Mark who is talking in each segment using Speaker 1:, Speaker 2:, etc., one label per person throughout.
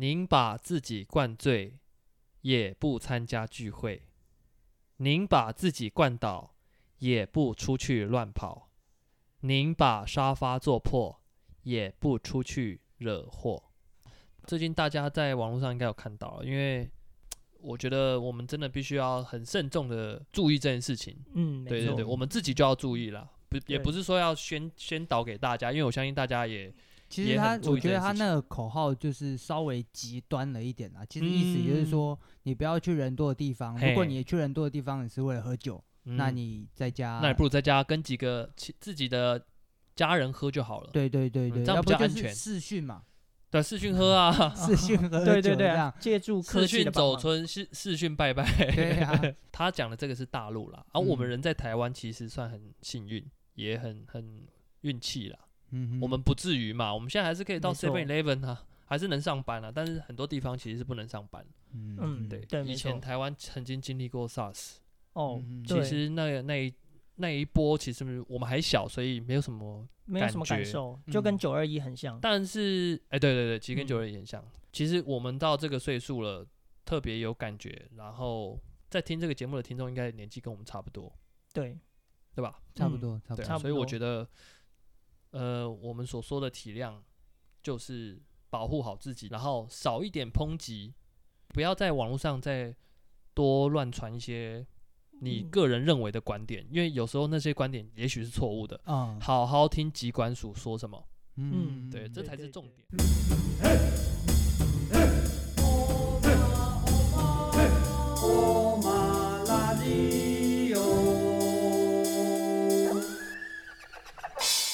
Speaker 1: 您把自己灌醉，也不参加聚会；您把自己灌倒，也不出去乱跑；您把沙发坐破，也不出去惹祸。最近大家在网络上应该有看到，因为我觉得我们真的必须要很慎重的注意这件事情。
Speaker 2: 嗯，没
Speaker 1: 对对
Speaker 2: 错
Speaker 1: 对，我们自己就要注意啦，不也
Speaker 2: 对
Speaker 1: 不是说要宣宣导给大家，因为我相信大家也
Speaker 2: 其实
Speaker 1: 也
Speaker 2: 他
Speaker 1: 很，注
Speaker 2: 我
Speaker 1: 意
Speaker 2: 觉
Speaker 1: 这
Speaker 2: 得
Speaker 1: 件
Speaker 2: 他
Speaker 1: 事
Speaker 2: 那个口号就是稍微极端了一点啦。其实意思也就是说，你不要去人多的地方。如果
Speaker 1: 嗯嘿
Speaker 2: 你去人多的地方，你是为了喝酒，那
Speaker 1: 嗯
Speaker 2: 你在家，
Speaker 1: 那你不如在家跟几个其自己的家人喝就好了，
Speaker 2: 对对对
Speaker 1: 嗯
Speaker 2: 对，
Speaker 1: 这样
Speaker 2: 要
Speaker 1: 比
Speaker 2: 不
Speaker 1: 较
Speaker 2: 就
Speaker 1: 安
Speaker 2: 是
Speaker 1: 全
Speaker 2: 视 讯嘛，
Speaker 1: 对，视讯喝 啊，
Speaker 2: 视讯喝
Speaker 3: 对
Speaker 2: 酒
Speaker 3: 对对
Speaker 2: 这
Speaker 3: 啊
Speaker 2: 样，，
Speaker 3: 借助科
Speaker 1: 视
Speaker 3: 技
Speaker 1: 讯
Speaker 3: 的
Speaker 1: 走
Speaker 3: 帮忙，
Speaker 1: 村，视视讯拜拜。
Speaker 2: 对 啊，
Speaker 1: 他讲的这个是大陆啦，啊而、我们
Speaker 2: 嗯
Speaker 1: 人在台湾其实算很幸运，也很很运气啦，
Speaker 2: 嗯哼，
Speaker 1: 我们不至于嘛，我们现在还是可以到
Speaker 3: 没错
Speaker 1: Seven Eleven 啊。还是能上班啊，但是很多地方其实是不能上班。
Speaker 2: 嗯
Speaker 3: 嗯
Speaker 1: 对，
Speaker 3: 对没
Speaker 1: 以前
Speaker 3: 错
Speaker 1: 台湾曾经经历过 SARS，
Speaker 3: 哦
Speaker 2: 嗯，
Speaker 1: 其
Speaker 3: 对
Speaker 1: 实那个那一那一波，其实我们还小，所以没有什么。
Speaker 3: 没有什么
Speaker 1: 感
Speaker 3: 感
Speaker 1: 觉
Speaker 3: 受，就跟
Speaker 2: 嗯
Speaker 3: 九二一很像。
Speaker 1: 但是，哎、对对对，其实跟
Speaker 3: 嗯
Speaker 1: 九二一很像。其实我们到这个岁数了，特别有感觉。然后在听这个节目的听众，应该年纪跟我们差不多，
Speaker 3: 对，
Speaker 1: 对吧？
Speaker 2: 差不
Speaker 3: 嗯
Speaker 2: 多，差不
Speaker 1: 对、
Speaker 2: 多
Speaker 1: 啊，
Speaker 3: 差不
Speaker 1: 所以我
Speaker 3: 多
Speaker 1: 觉得，呃，我们所说的体谅，就是保护好自己，然后少一点抨击，不要在网络上再多乱传一些你
Speaker 3: 嗯
Speaker 1: 个人认为的观点，因为有时候那些观点也许是错误的。
Speaker 2: 啊，
Speaker 1: 好好听疾管署说什么，
Speaker 2: 嗯，
Speaker 1: 对，这
Speaker 3: 对
Speaker 1: 才是
Speaker 3: 对
Speaker 1: 重
Speaker 3: 对
Speaker 1: 点。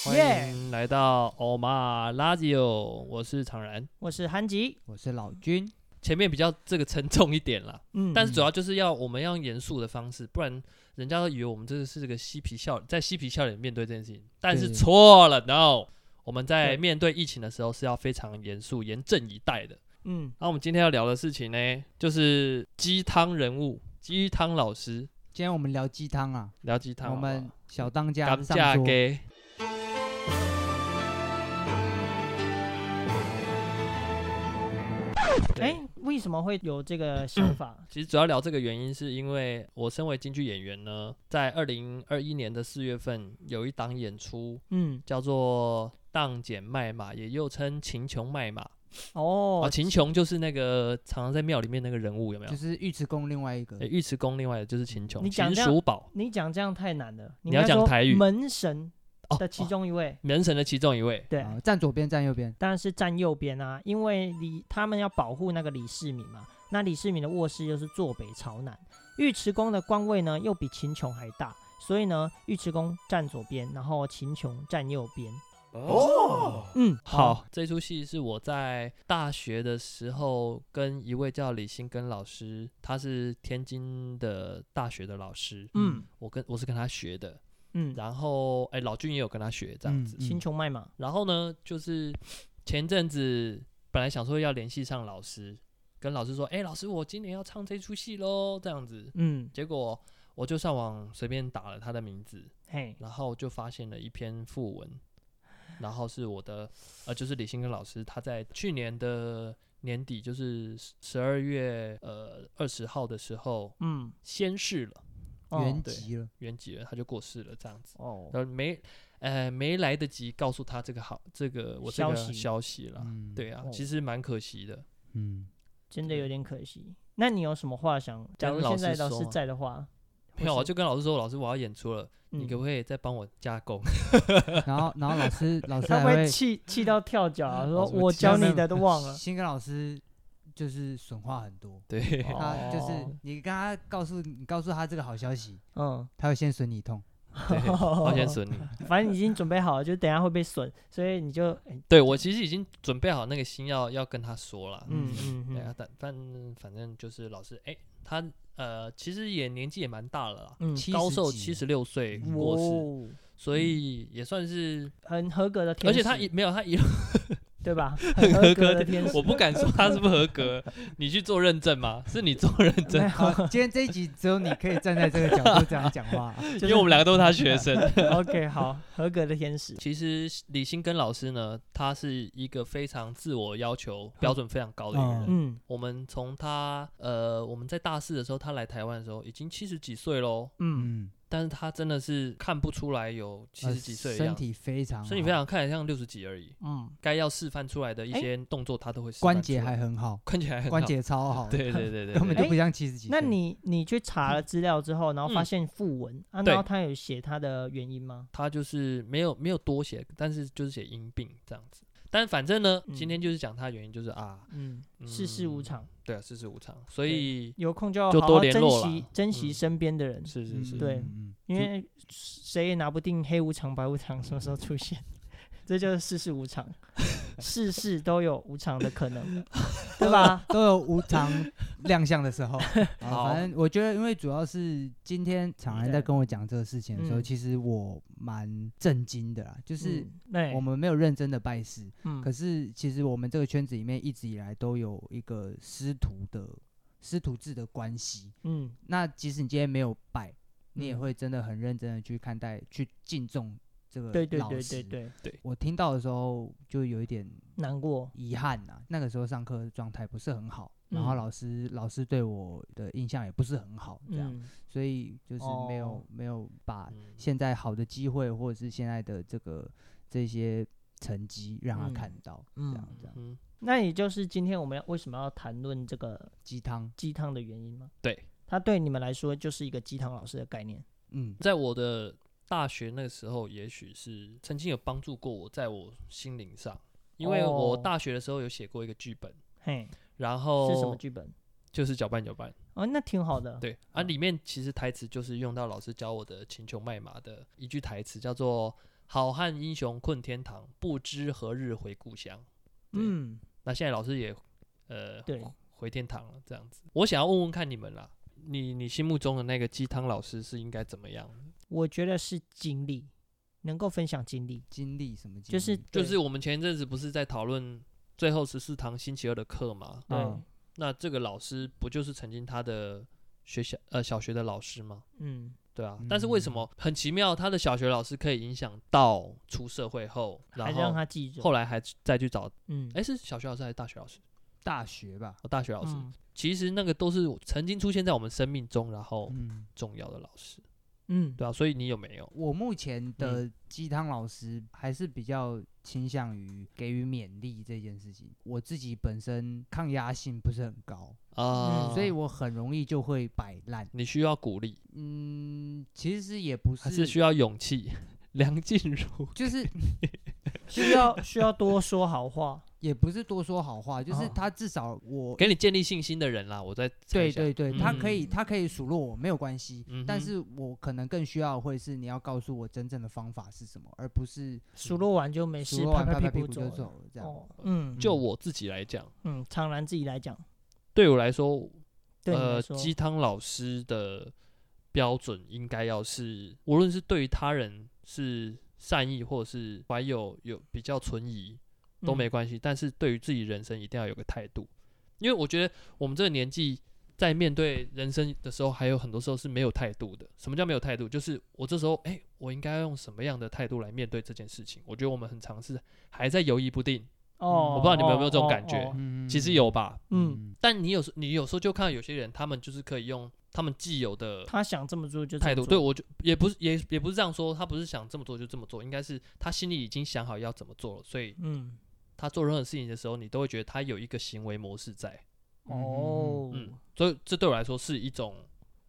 Speaker 1: 欢迎来到欧玛拉吉欧，我是常然。
Speaker 3: 我是韩吉，
Speaker 2: 我是老君，
Speaker 1: 前面比较这个沉重一点啦，
Speaker 3: 嗯，
Speaker 1: 但是主要就是要我们要用严肃的方式，不然人家都以为我们这个是个嬉皮笑，在嬉皮笑脸面对这件事情，但是
Speaker 2: 对
Speaker 1: 错了，no。我们在
Speaker 3: 对
Speaker 1: 面对疫情的时候是要非常严肃、严阵以待的。
Speaker 3: 嗯，
Speaker 1: 那我们今天要聊的事情呢，就是鸡汤人物、鸡汤老师
Speaker 2: 今天我们聊鸡汤啊，
Speaker 1: 聊鸡汤好
Speaker 2: 我
Speaker 1: 不好。
Speaker 2: 们小当家
Speaker 1: 敢
Speaker 2: 上
Speaker 1: 嫁
Speaker 2: 桌，
Speaker 1: 给对嗯
Speaker 3: 哎，为什么会有这个想法？
Speaker 1: 其实主要聊这个原因，是因为我身为京剧演员呢，在二零二一年的四月份有一档演出
Speaker 3: 嗯，
Speaker 1: 叫做《当捡卖马》，也又称《秦琼卖马》啊。
Speaker 3: 哦，
Speaker 1: 秦琼就是那个常常在庙里面那个人物，有没有
Speaker 2: 就？是尉迟恭另外一个
Speaker 1: 诶，尉迟恭，另外的就是秦琼，
Speaker 3: 你讲
Speaker 1: 秦
Speaker 3: 这样
Speaker 1: 叔宝
Speaker 3: 你讲这样太难了，
Speaker 1: 你要
Speaker 3: 应该
Speaker 1: 讲
Speaker 3: 说
Speaker 1: 台语
Speaker 3: 门神
Speaker 1: 哦
Speaker 3: 的其
Speaker 1: 哦
Speaker 3: 中一位，
Speaker 1: 门神的其中一位。
Speaker 3: 对，
Speaker 2: 啊，站左边，站右边，
Speaker 3: 当然是站右边啊，因为李他们要保护那个李世民嘛。那李世民的卧室又是坐北朝南，尉迟恭的官位呢又比秦琼还大，所以呢，尉迟恭站左边，然后秦琼站右边。
Speaker 1: 哦，
Speaker 3: 嗯，
Speaker 1: 好，这出戏是我在大学的时候跟一位叫李新根老师，他是天津的大学的老师，
Speaker 3: 嗯
Speaker 1: 我跟我是跟他学的。
Speaker 3: 嗯，
Speaker 1: 然嗯后，哎，老君也有跟他学这样子。
Speaker 3: 秦琼卖马，
Speaker 1: 然后呢，就是前阵子本来想说要联系上老师，跟老师说，哎，老师，我今年要唱这出戏喽，这样子。
Speaker 3: 嗯，
Speaker 1: 结果我就上网随便打了他的名字，
Speaker 3: 嘿，
Speaker 1: 然后就发现了一篇讣文，然后是我的，呃，就是李新根老师他在去年的年底，就是十二月呃二十号的时候
Speaker 3: 嗯，
Speaker 1: 仙逝了，
Speaker 3: 哦
Speaker 2: 原
Speaker 1: 对
Speaker 2: 籍了，
Speaker 1: 原籍了，他就过世了，这样子。
Speaker 3: 哦，
Speaker 1: 然后没，呃，没来得及告诉他这个好，这个我这
Speaker 3: 消
Speaker 1: 个
Speaker 3: 息
Speaker 1: 消息了。
Speaker 2: 嗯，
Speaker 1: 对啊，
Speaker 3: 哦
Speaker 1: 其实蛮可惜的。
Speaker 2: 嗯，
Speaker 3: 真的
Speaker 1: 对
Speaker 3: 有点可惜。那你有什么话想？假
Speaker 1: 跟
Speaker 3: 如
Speaker 1: 老
Speaker 3: 现在
Speaker 1: 师
Speaker 3: 老
Speaker 1: 说
Speaker 3: 师
Speaker 1: 吗
Speaker 3: 在的话，
Speaker 1: 没有啊，
Speaker 3: 或是
Speaker 1: 就跟老师说，老师我要演出了，你
Speaker 3: 嗯
Speaker 1: 可不可以再帮我加工？
Speaker 2: 然后然后老师老师
Speaker 3: 他
Speaker 2: 还
Speaker 3: 会不会
Speaker 2: 会
Speaker 3: 气气到跳 脚啊，说
Speaker 1: 老师会
Speaker 3: 我
Speaker 1: 气
Speaker 3: 教
Speaker 1: 到
Speaker 3: 你的都 忘了。
Speaker 2: 新跟老师就是损话很多，
Speaker 1: 对，
Speaker 3: 哦
Speaker 2: 他就是你跟他告诉你告诉他这个好消息，
Speaker 3: 嗯，
Speaker 2: 他会先损你 一通，
Speaker 1: 对，好先 损你。
Speaker 3: 反正已经准备好了，就等一下会被损，所以你就哎
Speaker 1: 对我其实已经准备好那个心要要跟他说了。
Speaker 3: 嗯
Speaker 2: 嗯
Speaker 3: 嗯
Speaker 1: 对啊
Speaker 3: 嗯，
Speaker 1: 但反反正就是老师，哎，他呃其实也年纪也蛮大了啦，
Speaker 3: 嗯，
Speaker 2: 70
Speaker 1: 高寿
Speaker 2: 几
Speaker 1: 七十六岁
Speaker 2: 嗯
Speaker 1: 过世，
Speaker 3: 哦
Speaker 1: 嗯所以也算是，
Speaker 3: 很合格的天
Speaker 1: 而
Speaker 3: 使，
Speaker 1: 且他一没有他一路
Speaker 3: 对吧？
Speaker 1: 很
Speaker 3: 合
Speaker 1: 合
Speaker 3: 格
Speaker 1: 格
Speaker 3: 的天使
Speaker 1: 我不敢说他是不合格，你去做认证吗？是你做认
Speaker 2: 没
Speaker 1: 证，
Speaker 2: 有，今天这一集只有你可以站在这个角度这样讲 话。嗯
Speaker 3: 就是
Speaker 1: 因为我们两个都是他学生。
Speaker 3: OK 好，合格的 天使。
Speaker 1: 其实李新根老师呢，他是一个非常自我要求、标准非常高的一个人。
Speaker 3: 嗯
Speaker 1: 我们从他呃，我们在大四的时候，他来台湾的时候已经七十几岁喽，
Speaker 3: 嗯，
Speaker 2: 嗯，
Speaker 1: 但是他真的是看不出来有七
Speaker 2: 呃
Speaker 1: 十几岁的
Speaker 2: 身
Speaker 1: 样子，
Speaker 2: 体非常好，
Speaker 1: 身体非常看起来像六十几而已。
Speaker 3: 嗯，
Speaker 1: 该要示范出来的一些动作，他都会示范
Speaker 2: 关节
Speaker 1: 出来
Speaker 2: 还很好，
Speaker 1: 关节还很好
Speaker 2: 关，节超好，
Speaker 1: 对对对对，
Speaker 2: 根本就
Speaker 1: 对
Speaker 2: 不像七十几岁。
Speaker 3: 那你你去查了资料之后，然后发
Speaker 1: 嗯
Speaker 3: 现附文、啊，
Speaker 1: 对
Speaker 3: 然后他有写他的原因吗？
Speaker 1: 他就是没有没有多写，但是就是写因病这样子。但反正呢，
Speaker 3: 嗯
Speaker 1: 今天就是讲他原因，就是啊，
Speaker 3: 嗯，世事无常，
Speaker 1: 对啊，世事无常，所以
Speaker 3: 有空就要
Speaker 1: 就
Speaker 3: 好
Speaker 1: 多
Speaker 3: 好
Speaker 1: 联
Speaker 3: 珍
Speaker 1: 络
Speaker 3: 惜
Speaker 1: 啦
Speaker 3: 珍惜
Speaker 1: 嗯
Speaker 3: 身边的人，
Speaker 1: 是是
Speaker 2: 嗯
Speaker 1: 是，
Speaker 3: 对，
Speaker 2: 嗯
Speaker 3: 因为谁也拿不定黑无常、白无常什么时候出现，这就是世事无常，世事都有无常的可 能，对 吧？
Speaker 2: 都有无常亮相的时 候。
Speaker 1: 好
Speaker 2: 啊，反正我觉得，因为主要是今天厂安在跟我讲这个事情的时候，
Speaker 3: 嗯
Speaker 2: 其实我蛮震惊的啦，就是
Speaker 3: 嗯那
Speaker 2: 我们没有认真的拜师，
Speaker 3: 嗯
Speaker 2: 可是其实我们这个圈子里面一直以来都有一个师徒的师徒制的关系。
Speaker 3: 嗯
Speaker 2: 那即使你今天没有拜，你也
Speaker 3: 嗯
Speaker 2: 会真的很认真的去看待、去敬重这个
Speaker 3: 对对
Speaker 2: 老
Speaker 3: 对
Speaker 2: 师
Speaker 3: 对。对，
Speaker 2: 我听到的时候就有一点
Speaker 3: 难过，
Speaker 2: 遗憾呐、那个时候上课的状态不是很好，然后
Speaker 3: 嗯
Speaker 2: 老师老师对我的印象也不是很好，这样，
Speaker 3: 嗯
Speaker 2: 所以就是没有、
Speaker 3: 哦
Speaker 2: 没有把
Speaker 1: 嗯
Speaker 2: 啊现在好的机会或者是现在的这个这些成绩让他
Speaker 3: 嗯
Speaker 2: 看到，这样
Speaker 3: 嗯
Speaker 2: 这样
Speaker 1: 嗯，
Speaker 3: 那也就是今天我们要为什么要谈论这个
Speaker 2: 鸡汤，
Speaker 3: 鸡汤的原因吗？
Speaker 1: 对，
Speaker 3: 它对你们来说就是一个鸡汤老师的概念。
Speaker 2: 嗯
Speaker 1: 在我的大学那个时候，也许是曾经有帮助过我，在我心灵上，因为我
Speaker 3: 哦
Speaker 1: 大学的时候有写过一个剧本，
Speaker 3: 嘿，
Speaker 1: 然
Speaker 3: 是什么
Speaker 1: 后
Speaker 3: 剧本？
Speaker 1: 就是搅拌搅拌，
Speaker 3: 哦，那挺好的。
Speaker 1: 哦对啊，里面其实台词就是用到老师教我的《秦琼卖马》的一句台词，叫做“好汉英雄困天堂，不知何日回故乡”。
Speaker 3: 嗯，
Speaker 1: 那现在老师也呃
Speaker 3: 对，
Speaker 1: 回天堂了，这样子。我想要问问看你们啦，你你心目中的那个鸡汤老师是应该怎么样的？
Speaker 3: 我觉得是经历，能够分享经历，
Speaker 2: 经历什么经历
Speaker 3: 就是
Speaker 1: 就是我们前一阵子不是在讨论最后十四堂星期二的课吗？
Speaker 3: 对
Speaker 2: 嗯，
Speaker 1: 那这个老师不就是曾经他的学校呃小学的老师吗？
Speaker 3: 嗯
Speaker 1: 对啊，但是为什么很奇妙，他的小学老师可以影响到出社会后，
Speaker 3: 还
Speaker 1: 然
Speaker 3: 让
Speaker 1: 后
Speaker 3: 他记住。
Speaker 1: 后来还再去找，
Speaker 3: 嗯，
Speaker 1: 哎、是小学老师还是大学老师？
Speaker 2: 大学吧，
Speaker 1: 哦，大学老师。
Speaker 3: 嗯
Speaker 1: 其实那个都是曾经出现在我们生命中，然
Speaker 3: 哦
Speaker 1: 后
Speaker 2: 嗯，
Speaker 1: 重要的老师，
Speaker 3: 嗯，
Speaker 1: 对啊，所以你有没有？
Speaker 2: 我目前的鸡汤老师还是比较倾向于给予勉励这件事情。我自己本身抗压性不是很高，
Speaker 1: 啊、
Speaker 2: 嗯所以我很容易就会摆烂。
Speaker 1: 你需要鼓励，
Speaker 2: 嗯，其实也不
Speaker 1: 还
Speaker 2: 是，
Speaker 1: 是需要勇气？ 梁静茹，
Speaker 2: 就是
Speaker 3: 需要需要多说 好话。
Speaker 1: 嗯
Speaker 2: 也不是多说好话，就是
Speaker 3: 哦
Speaker 2: 他至少我。
Speaker 1: 给你建立信心的人啦，我在
Speaker 2: 对对对，他
Speaker 1: 嗯
Speaker 2: 可以，他可以数落我，没有关系。
Speaker 1: 嗯哼
Speaker 2: 但是我可能更需要，会是你要告诉我真正的方法是什么，而不是
Speaker 3: 数落完就没
Speaker 2: 数
Speaker 3: 事，
Speaker 2: 落完
Speaker 3: 拍
Speaker 2: 拍
Speaker 3: 屁
Speaker 2: 屁
Speaker 3: 股
Speaker 2: 股就
Speaker 3: 了。
Speaker 2: 走了这样。
Speaker 3: 哦，嗯，
Speaker 1: 就我自己来讲，
Speaker 3: 嗯，常然自己来讲，
Speaker 1: 对我来说，
Speaker 3: 对你来
Speaker 1: 呃，
Speaker 3: 说，
Speaker 1: 鸡汤老师的标准应该要是，无论是对于他人是善意，或者是怀有有比较存疑都
Speaker 3: 嗯
Speaker 1: 没关系，但是对于自己人生一定要有个态度，因为我觉得我们这个年纪在面对人生的时候，还有很多时候是没有态度的。什么叫没有态度？就是我这时候，哎、我应该要用什么样的态度来面对这件事情？我觉得我们很尝试还在犹疑不定，
Speaker 3: 哦，
Speaker 1: 我不知道你们有没有这种
Speaker 3: 哦
Speaker 1: 感觉
Speaker 3: 哦
Speaker 2: 嗯
Speaker 1: 其实有吧，
Speaker 3: 嗯，
Speaker 1: 但你有时你有时候就看到有些人，他们就是可以用他们既有的
Speaker 3: 他想这么做就这么
Speaker 1: 态度，
Speaker 3: 做
Speaker 1: 对，我就也不是也也不是这样说，他不是想这么做就这么做，应该是他心里已经想好要怎么做了，所以
Speaker 3: 嗯，
Speaker 1: 他做任何事情的时候，你都会觉得他有一个行为模式在，
Speaker 3: 哦，
Speaker 1: 嗯，所以这对我来说是一种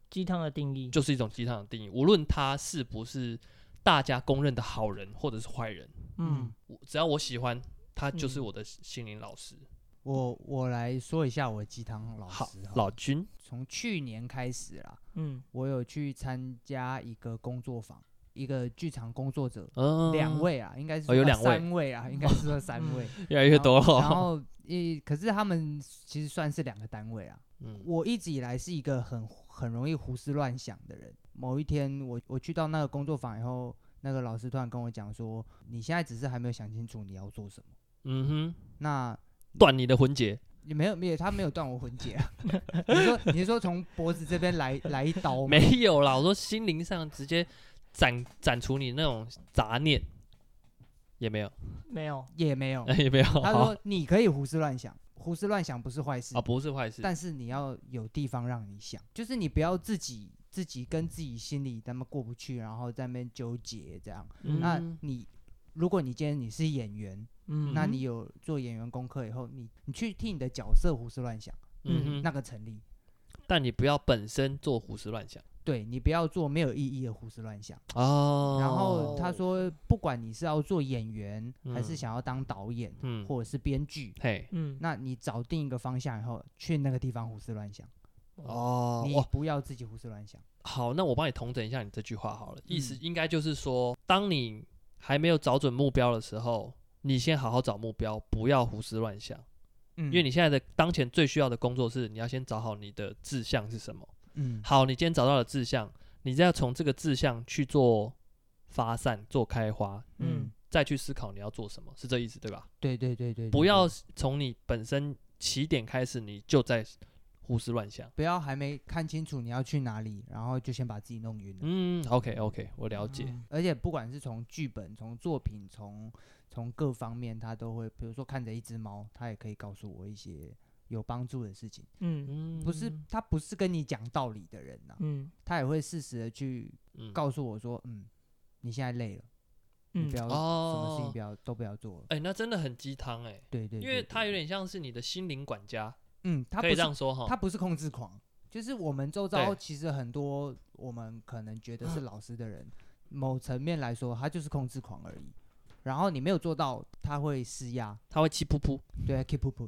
Speaker 3: 鸡汤的定义，
Speaker 1: 就是一种鸡汤的定义，无论他是不是大家公认的好人或者是坏人，
Speaker 3: 嗯
Speaker 1: 我只要我喜欢他就是
Speaker 3: 嗯
Speaker 1: 我的心灵老师，
Speaker 2: 我我来说一下我鸡汤老
Speaker 1: 好
Speaker 2: 师好
Speaker 1: 老君，
Speaker 2: 从去年开始啦，
Speaker 3: 嗯
Speaker 2: 我有去参加一个工作坊，一个剧场工作者，
Speaker 1: 嗯，
Speaker 2: 两位啊，应该是
Speaker 1: 哦有
Speaker 2: 啊
Speaker 1: 两位
Speaker 2: 三位啊，应该是说三位，
Speaker 1: 嗯越 来越多哦了，
Speaker 2: 然后一可是他们其实算是两个单位啊。
Speaker 1: 嗯
Speaker 2: 我一直以来是一个很很容易胡思乱想的人。某一天我我去到那个工作坊以后，那个老师突然跟我讲说：“你现在只是还没有想清楚你要做什么。”
Speaker 1: 嗯
Speaker 2: 那
Speaker 1: 哼，断你的魂结，
Speaker 2: 也没有没有，他没有断我魂节啊。 你说你是说从脖子这边来来一刀吗？
Speaker 1: 没有啦，我说心灵上直接斩斩除你那种杂念，也没有，
Speaker 3: 没有，
Speaker 2: 也没有。
Speaker 1: 哎 也没有，
Speaker 2: 哦他
Speaker 1: 好
Speaker 2: 说你可以胡思乱想，胡思乱想不是坏事
Speaker 1: 啊，，不是坏事，
Speaker 2: 但是你要有地方让你想，就是你不要自己自己跟自己心里他妈过不去，然后在那边纠结这样。
Speaker 1: 嗯
Speaker 2: 那你如果你今天你是演员，
Speaker 3: 嗯，
Speaker 2: 那你有做演员功课以后，你你去替你的角色胡思乱想，
Speaker 1: 嗯
Speaker 2: 那
Speaker 1: 哼，
Speaker 2: 个成立。
Speaker 1: 但你不要本身做胡思乱想
Speaker 2: 对你不要做没有意义的胡思乱想。
Speaker 1: 哦。
Speaker 2: 然后他，说，不管你是要做演员，还是
Speaker 1: 嗯
Speaker 2: 想要当导演，
Speaker 1: 嗯，
Speaker 2: 或者是编剧，
Speaker 1: 嘿，
Speaker 3: 嗯，
Speaker 2: 那你找定一个方向以后，去那个地方胡思乱想，
Speaker 1: 哦，
Speaker 2: 你
Speaker 1: 哇，
Speaker 2: 不要自己胡思乱想。
Speaker 1: 好，那我帮你统整一下你这句话好了，意
Speaker 2: 嗯
Speaker 1: 思应该就是说，当你还没有找准目标的时候，你先好好找目标，不要胡思乱想，
Speaker 2: 嗯，
Speaker 1: 因为你现在的当前最需要的工作是，你要先找好你的志向是什么。
Speaker 2: 嗯
Speaker 1: 好，你今天找到了志向，你再从这个志向去做发散、做开花，
Speaker 2: 嗯
Speaker 3: 嗯，
Speaker 1: 再去思考你要做什么，是这意思对吧？
Speaker 2: 对对对对，对
Speaker 1: 不要
Speaker 2: 对
Speaker 1: 从你本身起点开始，你就在胡思乱想。
Speaker 2: 不要还没看清楚你要去哪里，然后就先把自己弄晕了。
Speaker 1: 嗯，OK OK，我了解。
Speaker 2: 嗯而且不管是从剧本、从作品、从从各方面，他都会，比如说看着一只猫，他也可以告诉我一些有帮助的事情。
Speaker 3: 嗯
Speaker 1: 嗯，
Speaker 2: 不是，他不是跟你讲道理的人呐、
Speaker 3: 嗯
Speaker 2: 他也会适时的去
Speaker 1: 嗯
Speaker 2: 告诉我说，嗯，你现在累了，你
Speaker 3: 嗯
Speaker 2: 不，要、什么事情
Speaker 1: 哦
Speaker 2: 不，要都不要做了。
Speaker 1: 哎、那真的很鸡汤哎，
Speaker 2: 对对
Speaker 1: 因为
Speaker 2: 他
Speaker 1: 它有，点像是你的心灵管家，
Speaker 2: 嗯，他不
Speaker 1: 可以
Speaker 2: 是
Speaker 1: 这样说哈。
Speaker 2: 他不是控制狂，就是我们周遭
Speaker 1: 哦对
Speaker 2: 其实很多我们可能 觉得是老师的人，某层面来说，他就是控制狂而已。然后你没有做到，他会施压，
Speaker 1: 他会气噗噗，
Speaker 2: 对，keep up，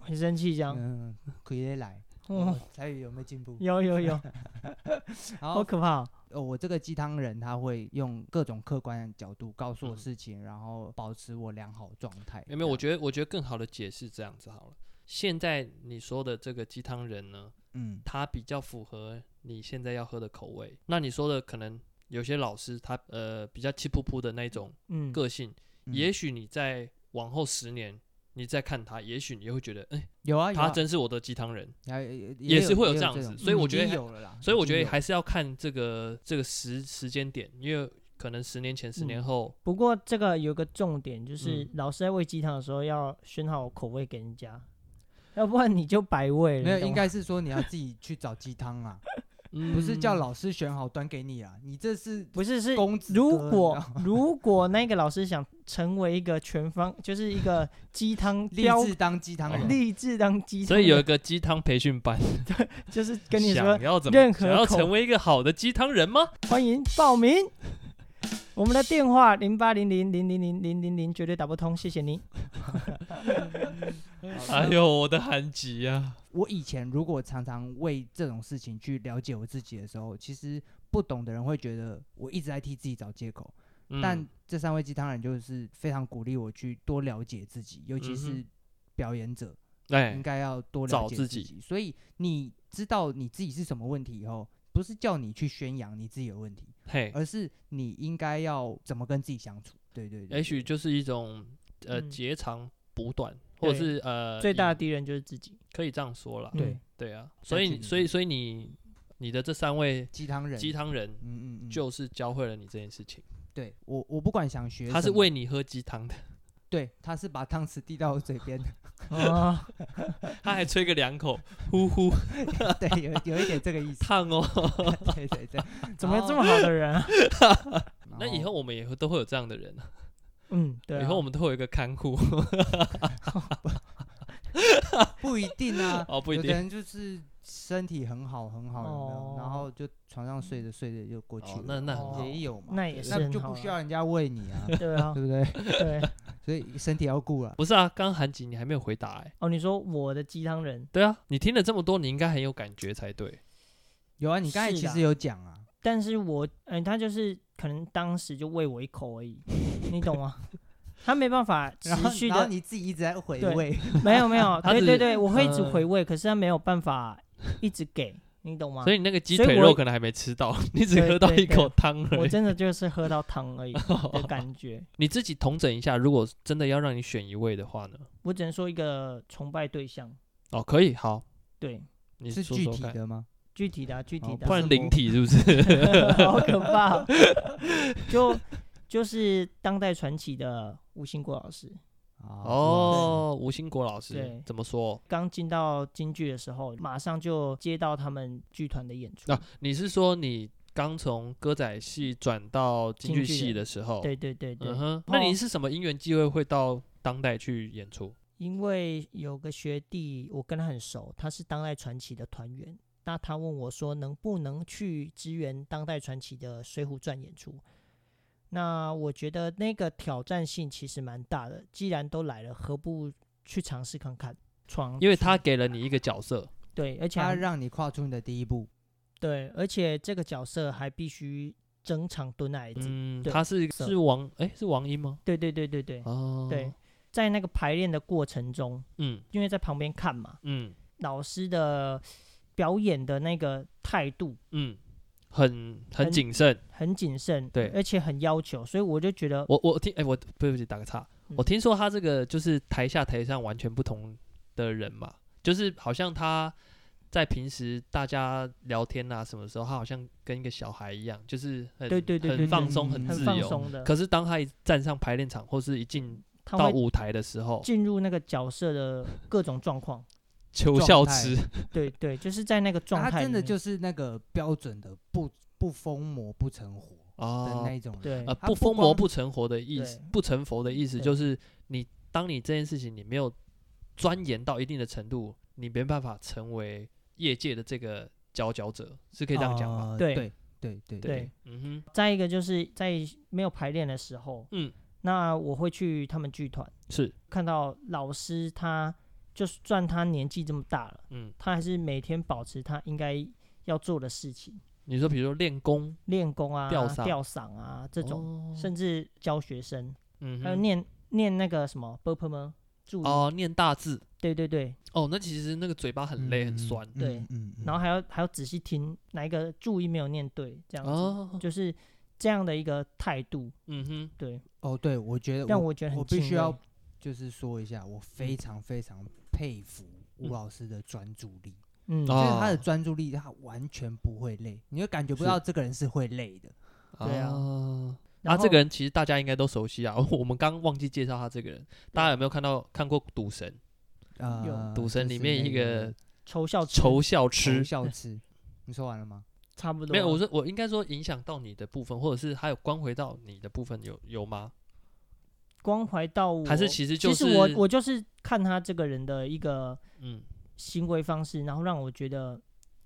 Speaker 3: 很生气这样，
Speaker 2: 嗯，可以来，
Speaker 1: 嗯
Speaker 3: 哦，
Speaker 2: 才有没有进步？
Speaker 3: 有有有，
Speaker 2: 然
Speaker 3: 好
Speaker 2: 后
Speaker 3: 可怕哦，
Speaker 2: 呃，我这个鸡汤人他会用各种客观的角度告诉我
Speaker 1: 嗯
Speaker 2: 事情，然后保持我良好状态。
Speaker 1: 有没有？我
Speaker 2: 这样
Speaker 1: 觉得，我觉得更好的解释这样子好了。现在你说的这个鸡汤人呢，
Speaker 2: 嗯
Speaker 1: 它比较符合你现在要喝的口味。那你说的可能有些老师他呃比较气噗噗的那种
Speaker 3: 嗯，
Speaker 1: 个性，
Speaker 2: 嗯
Speaker 1: 也许你在往后十年你再看他，也许你会觉得，哎、
Speaker 2: 有啊，有
Speaker 1: 他
Speaker 2: 啊
Speaker 1: 真是我的鸡汤人。
Speaker 2: 啊也
Speaker 1: 也是会有
Speaker 2: 有
Speaker 1: 这样子
Speaker 2: 种
Speaker 1: 所以我觉得
Speaker 2: 已经
Speaker 1: 还
Speaker 2: 有了啦，
Speaker 1: 所以我
Speaker 2: 已经
Speaker 1: 觉得
Speaker 2: 有
Speaker 1: 还是要看这个这个时时间点，因为可能十年前、十年
Speaker 3: 嗯
Speaker 1: 后，
Speaker 3: 不过这个有个重点，就是
Speaker 1: 嗯
Speaker 3: 老师在喂鸡汤的时候要选好口味给人家，要不然你就白喂了。
Speaker 2: 没有，
Speaker 3: 你懂
Speaker 2: 应
Speaker 3: 吗
Speaker 2: 该是说你要自己去找鸡汤啊，不是叫
Speaker 1: 嗯
Speaker 2: 老师选好端给你啊，你这是
Speaker 3: 不是是，
Speaker 2: 公子
Speaker 3: 如
Speaker 2: 哥
Speaker 3: 果
Speaker 2: 你知道
Speaker 3: 如果那个老师想成为一个全方，就是一个鸡汤标
Speaker 2: 立志当鸡汤人，
Speaker 3: 励志当鸡汤的，
Speaker 1: 所以有一个鸡汤培训班，
Speaker 3: 就是跟你说
Speaker 1: 想要怎么
Speaker 3: 任
Speaker 1: 想
Speaker 3: 何
Speaker 1: 要
Speaker 3: 口
Speaker 1: 成为一个好的鸡汤人吗？
Speaker 3: 欢迎报名。我们的电话零八零零零零零零零零绝对打不通，谢谢您。
Speaker 1: 哎呦，我的韩籍啊！
Speaker 2: 我以前如果常常为这种事情去了解我自己的时候，其实不懂的人会觉得我一直在替自己找借口，
Speaker 1: 嗯
Speaker 2: 但这三位鸡汤人就是非常鼓励我去多了解自己，尤其
Speaker 1: 嗯
Speaker 2: 是表演者，
Speaker 1: 哎
Speaker 2: 应，该要多
Speaker 1: 找
Speaker 2: 了解
Speaker 1: 自
Speaker 2: 己。
Speaker 1: 己
Speaker 2: 所以你知道你自己是什么问题以后，不是叫你去宣扬你自己的问题，
Speaker 1: 嘿，
Speaker 2: 而是你应该要怎么跟自己相处。对对对，
Speaker 1: 也许
Speaker 2: 对
Speaker 1: 就是一种呃
Speaker 3: 嗯
Speaker 1: 截长补短，或者
Speaker 3: 对
Speaker 1: 是呃
Speaker 3: 最大的
Speaker 1: 以
Speaker 3: 敌人就是 自己。
Speaker 1: 可以这样说啦。
Speaker 3: 嗯
Speaker 2: 对
Speaker 1: 对啊，所以
Speaker 2: 相信
Speaker 1: 你
Speaker 2: 你
Speaker 1: 所以所以你你的这三位
Speaker 2: 鸡汤人，
Speaker 1: 鸡汤人
Speaker 2: 嗯嗯嗯，
Speaker 1: 就是教会了你这件事情，
Speaker 2: 对我我不管想学什么，
Speaker 1: 他是为你喝鸡汤的，
Speaker 2: 对，他是把汤匙递到我嘴边，
Speaker 3: 啊，
Speaker 1: 他还吹个两口，呼呼
Speaker 2: 对，有有一点这个意 思，
Speaker 1: 烫哦。
Speaker 2: 对对对。
Speaker 3: 怎么有这么好的人啊？
Speaker 2: 然
Speaker 1: 那以后
Speaker 2: 后
Speaker 1: 我们也会都会有这样的人啊，
Speaker 3: 嗯，对啊。
Speaker 1: 以后我们都会有一个看 护，
Speaker 2: 不一定啊
Speaker 1: 哦，不一
Speaker 2: 有的
Speaker 1: 定。
Speaker 2: 人就是身体很好很好，有没
Speaker 3: 哦
Speaker 2: 有？然后就床上睡着睡着就过去
Speaker 1: 哦那
Speaker 2: 了，，
Speaker 1: 那很好
Speaker 2: 也有嘛，
Speaker 3: 那也
Speaker 1: 对
Speaker 3: 是
Speaker 2: 那
Speaker 3: 很
Speaker 2: 就
Speaker 3: 好
Speaker 2: 不
Speaker 3: 啦
Speaker 2: 需要人家喂你 啊，
Speaker 3: 对啊
Speaker 2: 对，不对？
Speaker 3: 对。
Speaker 2: 所以身体要顾了。
Speaker 1: 不是啊，刚刚韩吉你还没有回答哎、
Speaker 3: 哦，你说我的鸡汤人，
Speaker 1: 对啊，你听了这么多，你应该很有感觉才对。
Speaker 2: 有啊，你刚才
Speaker 3: 是
Speaker 2: 其
Speaker 3: 啦
Speaker 2: 实有讲啊，
Speaker 3: 但是我，嗯、他就是可能当时就喂我一口而已，你懂吗？他没办法持
Speaker 2: 然后
Speaker 3: 续
Speaker 2: 然后
Speaker 3: 的，
Speaker 2: 你自己一直在回
Speaker 3: 对
Speaker 2: 味，
Speaker 3: 没有没有，
Speaker 1: 他
Speaker 3: 对
Speaker 1: 只
Speaker 3: 对对，我会一直
Speaker 1: 呃
Speaker 3: 回味，可是他没有办法一直给，你懂吗？
Speaker 1: 所以你那个鸡
Speaker 3: 所以
Speaker 1: 腿
Speaker 3: 我
Speaker 1: 肉可能还没吃到， 你只
Speaker 3: 对
Speaker 1: 喝到
Speaker 3: 对
Speaker 1: 一口汤而
Speaker 3: 我
Speaker 1: 已。
Speaker 3: 真的就是喝到汤而已的感觉。
Speaker 1: 你自己统整一下，如果真的要让你选一位的话呢？
Speaker 3: 我只能说一个崇拜对象，
Speaker 1: 哦，可以，好，
Speaker 3: 对，
Speaker 1: 你
Speaker 2: 是
Speaker 1: 说
Speaker 2: 具
Speaker 1: 说
Speaker 2: 体
Speaker 1: 看，
Speaker 2: 的吗？
Speaker 3: 具体的、啊、具体
Speaker 2: 哦
Speaker 3: 的啊、
Speaker 1: 不然
Speaker 3: 是
Speaker 1: 灵
Speaker 3: 我
Speaker 1: 体是不是？
Speaker 3: 好可怕哦、就就是当代传奇的吴兴国老师，
Speaker 2: 啊哇
Speaker 1: 哦，吴兴国老师
Speaker 3: 对
Speaker 1: 怎么说
Speaker 3: 刚进到京剧的时候，马上就接到他们剧团的演出。
Speaker 1: 啊？你是说你刚从歌仔戏转到京剧
Speaker 3: 京剧
Speaker 1: 系
Speaker 3: 的
Speaker 1: 的时候？
Speaker 3: 对对对对，
Speaker 1: 嗯哼，
Speaker 3: 然
Speaker 1: 那
Speaker 3: 后
Speaker 1: 你是什么因缘机会会到当代去演出？
Speaker 3: 因为有个学弟，我跟他很熟，他是当代传奇的团员。那他问我说，能不能去支援当代传奇的《水浒传》演出？那我觉得那个挑战性其实蛮大的。既然都来了，何不去尝试看看？闯，
Speaker 1: 因为他给了你一个角色，
Speaker 3: 对，而且
Speaker 2: 他
Speaker 3: 还
Speaker 2: 让你跨出你的第一步，
Speaker 3: 对，而且这个角色还必须整场蹲矮子。
Speaker 1: 嗯，
Speaker 3: 对
Speaker 1: 他是
Speaker 3: 色
Speaker 1: 是王，哎，是王英吗？
Speaker 3: 对对对对对、
Speaker 1: 哦，
Speaker 3: 对，，在那个排练的过程中，
Speaker 1: 嗯
Speaker 3: 因为在旁边看嘛，
Speaker 1: 嗯
Speaker 3: 老师的表演的那个态度
Speaker 1: 嗯，很很
Speaker 3: 很
Speaker 1: 谨慎。
Speaker 3: 很谨慎，
Speaker 1: 对
Speaker 3: 而且很要求，所以我就觉得
Speaker 1: 我我听，哎，我对不起，打个岔，
Speaker 3: 嗯
Speaker 1: 我听说他这个就是台下台上完全不同的人嘛，就是好像他。在平时大家聊天啊，什么时候他好像跟一个小孩一样，就是很
Speaker 3: 对对对对
Speaker 1: 很放松、
Speaker 2: 对嗯
Speaker 3: 很
Speaker 1: 自
Speaker 3: 放
Speaker 1: 由。
Speaker 3: 松的，
Speaker 1: 可是当他一站上排练场，或是一进
Speaker 3: 他
Speaker 1: 到
Speaker 3: 会
Speaker 1: 舞台的时候，
Speaker 3: 进入那个角色的各种状况，
Speaker 1: 求
Speaker 2: 状
Speaker 1: 笑
Speaker 2: 态
Speaker 1: 痴，
Speaker 3: 对对，就是在那个状
Speaker 2: 他
Speaker 3: 态里面，
Speaker 2: 真的就是那个标准的不不疯魔不成活的
Speaker 1: 哦
Speaker 2: 那，一种人。
Speaker 3: 对
Speaker 1: 呃，
Speaker 2: 他
Speaker 1: 不
Speaker 2: 不
Speaker 1: 疯魔
Speaker 2: 光
Speaker 1: 不成活的意思
Speaker 3: 对，
Speaker 1: 不成佛的意思
Speaker 3: 对
Speaker 1: 就是你当你这件事情你没有钻研到一定的程度，你没办法成为业界的这个佼佼者，是可以这样讲吗？
Speaker 2: 呃
Speaker 3: 对
Speaker 2: 对对对
Speaker 3: 对。
Speaker 1: 嗯哼，
Speaker 3: 再一个就是在没有排练的时候，
Speaker 1: 嗯，
Speaker 3: 那我会去他们剧团
Speaker 1: 是，
Speaker 3: 看到老师他，就是算他年纪这么大了，
Speaker 1: 嗯，
Speaker 3: 他还是每天保持他应该要做的事情，
Speaker 1: 你说比如说练功
Speaker 3: 练功啊、
Speaker 1: 吊嗓
Speaker 3: 嗓啊这种，
Speaker 1: 种
Speaker 3: 甚至教学生，
Speaker 1: 嗯
Speaker 3: 还有
Speaker 1: 哼，
Speaker 3: 念念那个什么 b u r p 吗？注音，
Speaker 1: 哦，念大字，
Speaker 3: 对对对，
Speaker 1: 哦，那其实那个嘴巴很累很酸，
Speaker 3: 对
Speaker 2: 嗯，嗯嗯
Speaker 3: 然后还要还要仔细听哪一个注音没有念对，这样子、
Speaker 1: 哦，
Speaker 3: 就是这样的一个态度，
Speaker 1: 嗯哼，
Speaker 3: 对，
Speaker 2: 哦，对，我觉得
Speaker 3: 让
Speaker 2: 我
Speaker 3: 我觉得
Speaker 2: 我
Speaker 3: 很
Speaker 2: 必
Speaker 3: 敬
Speaker 2: 须
Speaker 3: 畏
Speaker 2: 要就是说一下，我非常非常佩服
Speaker 1: 嗯
Speaker 2: 吴老师的专注力，
Speaker 3: 嗯，
Speaker 1: 哦
Speaker 2: 就是他的专注力，他完全不会累，你会感觉不
Speaker 1: 是
Speaker 2: 到这个人是会累的。
Speaker 3: 对啊
Speaker 1: 哦
Speaker 3: 然
Speaker 1: 啊，
Speaker 3: 后
Speaker 1: 这个人其实大家应该都熟悉啊。 我们刚忘记介绍他这个人，大家有没有看到看过《赌神》？
Speaker 3: 有
Speaker 2: 呃，
Speaker 1: 赌神
Speaker 2: 就
Speaker 1: 里
Speaker 2: 是
Speaker 1: 面
Speaker 2: 那
Speaker 1: 一个
Speaker 3: 仇笑值
Speaker 1: 仇笑
Speaker 2: 吃
Speaker 1: 痴，
Speaker 2: 笑吃，你说完了吗？
Speaker 3: 差不多啊，
Speaker 1: 没有，我说我应该说影响到你的部分，或者是他有关回到你的部分有有吗？
Speaker 3: 关怀到我，
Speaker 1: 还是其实就
Speaker 3: 其
Speaker 1: 是
Speaker 3: 实我我就是看他这个人的一个
Speaker 1: 嗯
Speaker 3: 行为方式，然后让我觉得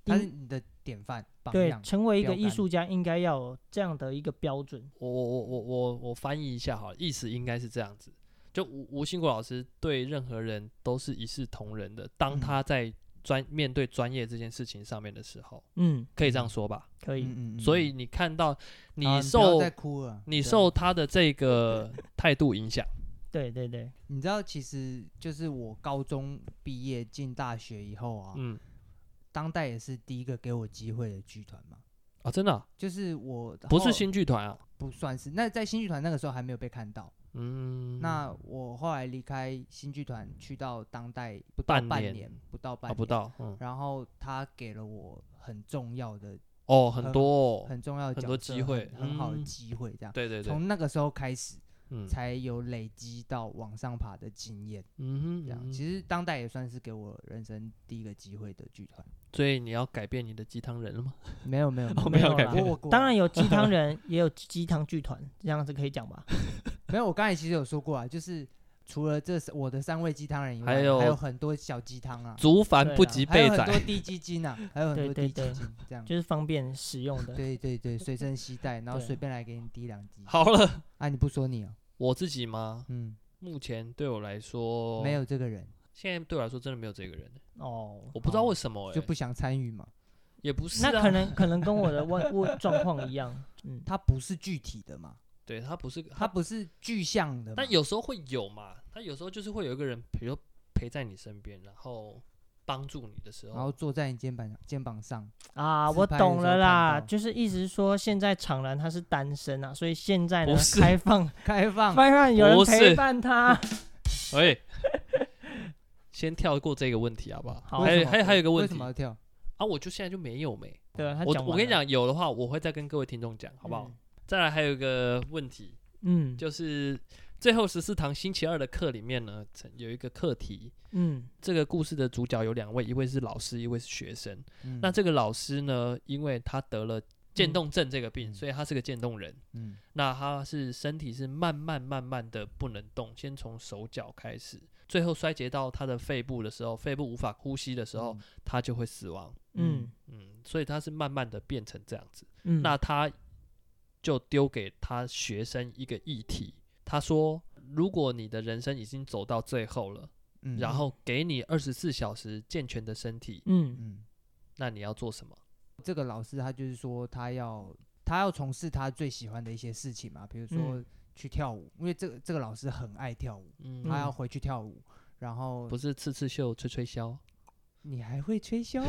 Speaker 2: 他
Speaker 3: 应
Speaker 2: 是你的典范榜
Speaker 3: 对
Speaker 2: 样，
Speaker 3: 成为一个
Speaker 2: 标
Speaker 3: 艺
Speaker 2: 杆
Speaker 3: 术家应该要有这样的一个标准。
Speaker 1: 我我我我我我翻译一下好了，意思应该是这样子。就吴吴兴国老师对任何人都是一视同仁的，当
Speaker 2: 嗯
Speaker 1: 他在专面对专业这件事情上面的时候，
Speaker 3: 嗯，
Speaker 1: 可以这样说吧。
Speaker 3: 可以，
Speaker 2: 嗯嗯嗯
Speaker 1: 所以你看到
Speaker 2: 好
Speaker 1: 你
Speaker 2: 啊不要
Speaker 1: 受
Speaker 2: 再哭了，
Speaker 1: 你
Speaker 2: 对啊
Speaker 1: 受他的这个态度影响，
Speaker 3: 对对对，
Speaker 2: 你知道，其实就是我高中毕业进大学以后啊，
Speaker 1: 嗯
Speaker 2: 当代也是第一个给我机会的剧团嘛。
Speaker 1: 啊，真的啊、
Speaker 2: 就是我
Speaker 1: 不是
Speaker 2: 后
Speaker 1: 新剧团啊，
Speaker 2: 不算是，那在新剧团那个时候还没有被看到。
Speaker 1: 嗯，
Speaker 2: 那我后来离开新剧团，去到当代不到
Speaker 1: 半
Speaker 2: 半
Speaker 1: 年
Speaker 2: 不到
Speaker 1: 啊
Speaker 2: 半年、
Speaker 1: 不。到，嗯，
Speaker 2: 然后他给了我很重要的、
Speaker 1: 哦，很
Speaker 2: 很
Speaker 1: 多、哦，
Speaker 2: 很重要的
Speaker 1: 很
Speaker 2: 角
Speaker 1: 多
Speaker 2: 色
Speaker 1: 机会
Speaker 2: 很很好的
Speaker 1: 嗯
Speaker 2: 机会，这样。
Speaker 1: 对对对，
Speaker 2: 从那个时候开始，
Speaker 1: 嗯
Speaker 2: 才有累积到往上爬的经验。
Speaker 1: 嗯哼，
Speaker 2: 这样，
Speaker 1: 嗯哼
Speaker 2: 其实当代也算是给我人生第一个机会的剧团。
Speaker 1: 所以你要改变你的鸡汤人了吗？
Speaker 2: 没有没有
Speaker 1: 哦没有
Speaker 3: 改
Speaker 2: 啦
Speaker 3: 变
Speaker 2: 我我
Speaker 3: 当然有鸡汤人，也有鸡汤剧团，这样子可以讲 吧？
Speaker 2: 没有。我刚才其实有说过啊，就是除了这我的三位鸡汤人以外，
Speaker 1: 还
Speaker 2: 还
Speaker 1: 有
Speaker 2: 很多小鸡汤啊，
Speaker 1: 竹凡
Speaker 3: 对
Speaker 1: 不
Speaker 3: 啦
Speaker 1: 及
Speaker 2: 还
Speaker 1: 备
Speaker 2: 有很多
Speaker 1: 宰，
Speaker 2: 低基金啊，还有很
Speaker 3: 对
Speaker 2: 多
Speaker 3: 对
Speaker 2: 低基
Speaker 3: 对
Speaker 2: 金这样。
Speaker 3: 就是方便使用的。
Speaker 2: 对对对，随身携带，然后
Speaker 3: 对
Speaker 2: 随便来给你滴两滴。
Speaker 1: 好了，
Speaker 2: 啊，你不说你哦，
Speaker 1: 我自己吗？
Speaker 2: 嗯，
Speaker 1: 目前对我来说
Speaker 2: 没，有这个人
Speaker 1: 现在对我来说真的没有这个人，
Speaker 3: 哦，
Speaker 1: 我不知道
Speaker 2: 哦
Speaker 1: 为什么、欸，
Speaker 2: 就不想参与嘛，
Speaker 1: 也不是、啊，
Speaker 3: 那可能可能跟我的问问状况一样，嗯，
Speaker 2: 他不是具体的嘛，
Speaker 1: 对他不是
Speaker 2: 他
Speaker 1: 他，
Speaker 2: 不是具象的嘛，
Speaker 1: 但有时候会有嘛，他有时候就是会有一个人，比如说陪在你身边，然后帮助你的时
Speaker 2: 然后
Speaker 1: 候，
Speaker 2: 坐在你肩膀肩膀上，
Speaker 3: 啊，
Speaker 2: 自
Speaker 3: 我
Speaker 2: 拍的
Speaker 3: 懂
Speaker 2: 时候
Speaker 3: 了
Speaker 2: 看
Speaker 3: 啦，
Speaker 2: 到
Speaker 3: 就是意思是说现在常然他是单身啊，所以现在呢
Speaker 1: 不是
Speaker 3: 开 放
Speaker 2: 开放
Speaker 3: 开放有人
Speaker 1: 不是
Speaker 3: 陪伴他，
Speaker 1: 喂，哎先跳过这个问题好不好？
Speaker 3: 好
Speaker 1: 还
Speaker 2: 为什
Speaker 1: 有
Speaker 2: 么
Speaker 1: 还有还有一个问
Speaker 2: 为什
Speaker 1: 题
Speaker 2: 么要跳？
Speaker 1: 啊，我就现在就没有没。
Speaker 3: 对啊，他
Speaker 1: 我
Speaker 3: 讲
Speaker 1: 我
Speaker 3: 完
Speaker 1: 跟你
Speaker 3: 了，
Speaker 1: 讲，有的话我会再跟各位听众讲，好不
Speaker 2: 嗯
Speaker 1: 好？再来还有一个问题，
Speaker 3: 嗯
Speaker 1: 就是最后十四堂星期二的课里面呢，曾有一个课题。
Speaker 3: 嗯
Speaker 1: 这个故事的主角有两位，一位是老师，一位是学生。
Speaker 2: 嗯
Speaker 1: 那这个老师呢，因为他得了渐冻症这个病，
Speaker 2: 嗯
Speaker 1: 所以他是个渐冻人。
Speaker 2: 嗯
Speaker 1: 那他是身体是慢慢慢慢的不能动，先从手脚开始，最后衰竭到他的肺部的时候，肺部无法呼吸的时
Speaker 2: 嗯
Speaker 1: 候，他就会死亡。
Speaker 3: 嗯
Speaker 1: 嗯，所以他是慢慢的变成这样子。
Speaker 3: 嗯，
Speaker 1: 那他就丢给他学生一个议题，他说：如果你的人生已经走到最后了，
Speaker 2: 嗯
Speaker 1: 然后给你二十四小时健全的身体，
Speaker 3: 嗯
Speaker 2: 嗯，
Speaker 1: 那你要做什么？
Speaker 2: 这个老师他就是说他要他要从事他最喜欢的一些事情嘛，比如说
Speaker 3: 嗯
Speaker 2: 去跳舞，因为这个这个老师很爱跳舞，
Speaker 1: 嗯，
Speaker 2: 他要
Speaker 3: 嗯
Speaker 2: 回去跳舞。然后
Speaker 1: 不是刺刺绣，吹吹箫。
Speaker 2: 你还会吹箫，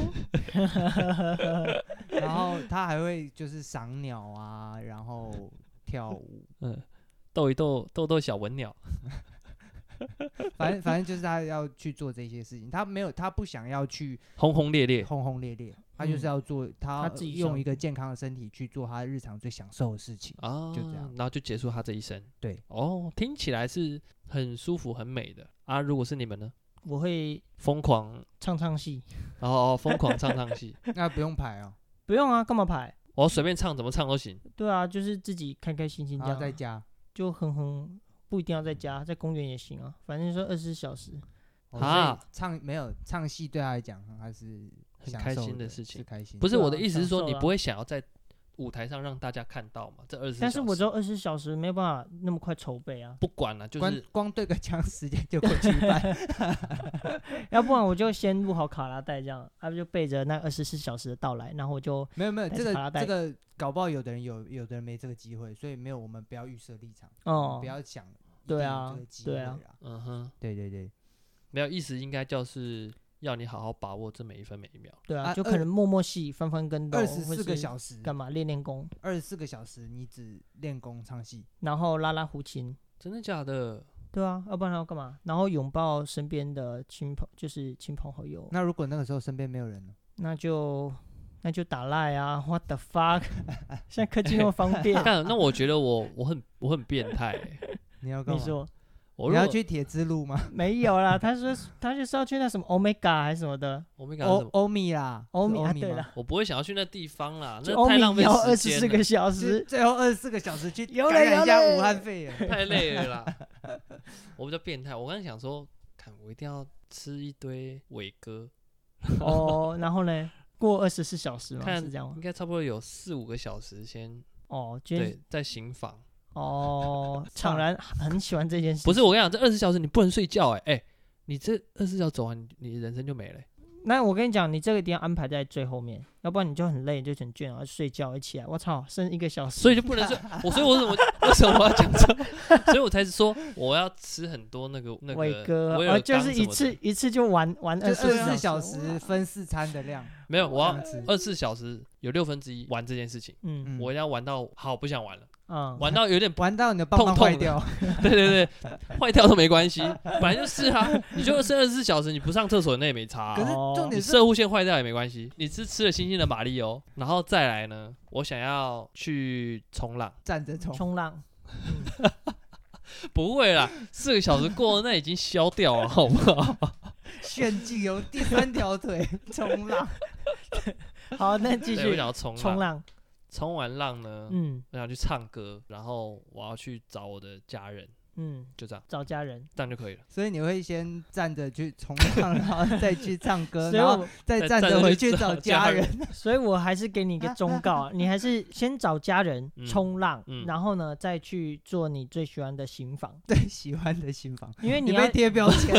Speaker 2: 然后他还会就是赏鸟啊，然后跳舞，
Speaker 1: 嗯，逗一逗，逗逗小文鸟。
Speaker 2: 反正反正就是他要去做这些事情，他没有他不想要去
Speaker 1: 轰轰烈烈。
Speaker 2: 轰轰烈烈，他就是
Speaker 3: 嗯
Speaker 2: 要做他
Speaker 3: 他自己
Speaker 2: 用
Speaker 3: 想
Speaker 2: 一个健康的身体去做他日常最享受的事情。
Speaker 1: 啊，
Speaker 2: 就这样
Speaker 1: 然后就结束他这一生。
Speaker 2: 对，
Speaker 1: 哦，听起来是很舒服、很美的啊。如果是你们呢？
Speaker 3: 我会
Speaker 1: 疯狂，
Speaker 3: 唱唱戏，
Speaker 1: 然后哦，疯狂唱唱戏，
Speaker 2: 那不用排哦，
Speaker 3: 不用啊，干嘛排？
Speaker 1: 我、随便唱，怎么唱都行。
Speaker 3: 对啊，就是自己开开心心这
Speaker 2: 然
Speaker 3: 样
Speaker 2: 后在
Speaker 3: 啊，
Speaker 2: 家。
Speaker 3: 就哼哼，不一定要
Speaker 2: 嗯
Speaker 3: 在家，在公园也行啊，反正说二十四小时，
Speaker 2: 哦所以
Speaker 1: 啊
Speaker 2: 唱没有唱戏对他来讲，他是
Speaker 1: 很
Speaker 2: 享
Speaker 1: 开
Speaker 2: 受
Speaker 1: 心的
Speaker 2: 的
Speaker 1: 事情
Speaker 2: 是开心的。
Speaker 1: 不是
Speaker 3: 对啊
Speaker 1: 我的意思是说，
Speaker 3: 享受
Speaker 1: 你
Speaker 3: 啊
Speaker 1: 不会想要在舞台上让大家看到嘛？这二十，
Speaker 3: 但是我只有二十小时，没有办法那么快筹备啊，
Speaker 1: 不管了，就
Speaker 2: 光
Speaker 1: 是
Speaker 2: 光对个枪时间就过去一半，
Speaker 3: 要不然我就先录好卡拉带这样，啊就背着那二十四小时的到来，然后我就
Speaker 2: 没有没有
Speaker 3: 但
Speaker 2: 这
Speaker 3: 是把它
Speaker 2: 个
Speaker 3: 带
Speaker 2: 这个搞不好有的人有，有的人没这个机会，所以没有我们不要预设立场，
Speaker 3: 哦
Speaker 2: 不，要想一定
Speaker 3: 对
Speaker 2: 有
Speaker 3: 啊
Speaker 2: 这个机
Speaker 3: 对
Speaker 2: 会
Speaker 3: 啊
Speaker 2: 啦，
Speaker 1: 嗯哼，
Speaker 2: 对对对，
Speaker 1: 没有意思，应该就是要你好好把握这每一分每一秒。
Speaker 3: 对啊，
Speaker 2: 啊
Speaker 3: 就可
Speaker 2: 二
Speaker 3: 能默默戏翻翻跟斗，
Speaker 2: 二十
Speaker 3: 或
Speaker 2: 四个
Speaker 3: 是
Speaker 2: 小时，
Speaker 3: 干嘛练练功，
Speaker 2: 二十四个小时你只练功唱戏，
Speaker 3: 然后拉拉胡琴，
Speaker 1: 真的假的？
Speaker 3: 对啊，要不然还要干嘛？然后拥抱身边的亲朋，就是亲朋好友，
Speaker 2: 那如果那个时候身边没有人呢？
Speaker 3: 那就那就打赖啊，what the fuck？现在 科技那么方 便，
Speaker 1: 但那我觉得我我很我很变态欸、
Speaker 2: 你要干
Speaker 3: 你
Speaker 2: 嘛？
Speaker 3: 说
Speaker 1: 我
Speaker 2: 你
Speaker 1: 如
Speaker 2: 要
Speaker 1: 果
Speaker 2: 去铁之路吗？
Speaker 3: 没有啦？他说他就是要去那什么 Omega 还是什么的，
Speaker 1: 我没敢
Speaker 2: 欧
Speaker 1: 什
Speaker 3: 哦
Speaker 1: 么，
Speaker 2: 欧米啦，
Speaker 3: 欧米
Speaker 2: 是
Speaker 3: 啊，
Speaker 2: 欧米
Speaker 3: 对
Speaker 2: 吗
Speaker 3: 啦，
Speaker 1: 我不会想要去那地方啦，
Speaker 3: 就
Speaker 1: 哦那
Speaker 3: 欧
Speaker 1: 太
Speaker 3: 米
Speaker 1: 浪费
Speaker 3: 要二
Speaker 1: 时
Speaker 3: 十
Speaker 1: 间
Speaker 3: 四
Speaker 1: 了。
Speaker 3: 个小
Speaker 2: 是
Speaker 3: 时，
Speaker 2: 最后二十四个小时去
Speaker 3: 有
Speaker 2: 感
Speaker 3: 嘞
Speaker 2: 染
Speaker 3: 有
Speaker 2: 一下
Speaker 3: 嘞
Speaker 2: 武汉肺炎。
Speaker 1: 太累了啦。 我比较变态，我刚才想说，看我一定要吃一堆伟哥，
Speaker 3: 哦，然后呢，过二十四小时嘛，
Speaker 1: 看
Speaker 3: 是这样吗
Speaker 1: 应？该差不多有四五个小时先
Speaker 3: 哦，就
Speaker 1: 对
Speaker 3: 是
Speaker 1: 在行房。
Speaker 3: 哦，常然很喜欢这件事，
Speaker 1: 不是我跟你讲，这二十小时你不能睡觉哎、欸、哎、你这二十小时走完，你你人生就没了欸、
Speaker 3: 那我跟你讲，你这个一定要安排在最后面，要不然你就很累，就很倦，然后睡觉一起来，我操，剩一个小时，
Speaker 1: 所以就不能睡。我所以我怎么为什么我要讲这种？ 所以我才说我要吃很多那个那个
Speaker 3: 伟哥，
Speaker 1: 威
Speaker 3: 哦，
Speaker 1: 尔
Speaker 3: 就
Speaker 1: 刚
Speaker 3: 是
Speaker 1: 什
Speaker 3: 一
Speaker 1: 么
Speaker 3: 次
Speaker 1: 的
Speaker 3: 一次就玩玩
Speaker 2: 就
Speaker 3: 二
Speaker 2: 二
Speaker 3: 十
Speaker 2: 十
Speaker 3: 四
Speaker 2: 四小
Speaker 3: 哇
Speaker 2: 时分四餐的量，
Speaker 1: 没有，我
Speaker 2: 这样子
Speaker 1: 要二十四小时有六分之一玩这件事情，
Speaker 3: 嗯
Speaker 2: 嗯
Speaker 1: 我要玩到好不想玩了，
Speaker 3: 嗯，
Speaker 1: 玩到有点
Speaker 2: 玩到你的棒棒
Speaker 1: 痛痛
Speaker 2: 坏掉，
Speaker 1: 对对对，坏掉都没关系，反正就是啊，你就剩二十四小时，你不上厕所那也没差啊、
Speaker 2: 可是重
Speaker 1: 你
Speaker 2: 点是
Speaker 1: 射护线坏掉也没关系，你是吃了星星的马里欧，然后再来呢，我想要去冲浪，
Speaker 2: 站着冲，
Speaker 3: 冲浪，
Speaker 1: 不会啦，四个小时过了，那已经消掉 了，好不好？
Speaker 2: 炫技有第三条腿 冲浪，
Speaker 3: 好，那继
Speaker 1: 对，我
Speaker 3: 续
Speaker 1: 想要冲
Speaker 3: 冲
Speaker 1: 浪，
Speaker 3: 浪，
Speaker 1: 冲完浪呢，
Speaker 3: 嗯
Speaker 1: 我想去唱歌，然后我要去找我的家人，
Speaker 3: 嗯，
Speaker 1: 就这样，
Speaker 3: 找家人，
Speaker 1: 这样就可以了。
Speaker 2: 所以你会先站着去冲浪，然后再去唱 歌，
Speaker 3: 所以
Speaker 2: 呃然后
Speaker 3: 我
Speaker 2: 再
Speaker 1: 再
Speaker 2: 站
Speaker 1: 站着
Speaker 2: 着回
Speaker 1: 去
Speaker 2: 去
Speaker 1: 找
Speaker 2: 找
Speaker 1: 家
Speaker 2: 家人。
Speaker 3: 所以我还是给你一个忠告啊，你还是先找家人
Speaker 1: 嗯
Speaker 3: 冲浪
Speaker 1: 嗯，
Speaker 3: 然后呢再去做你最喜欢的刑 房，
Speaker 2: 对喜欢的新房，
Speaker 3: 因为
Speaker 2: 你
Speaker 3: 要
Speaker 2: 被贴标签，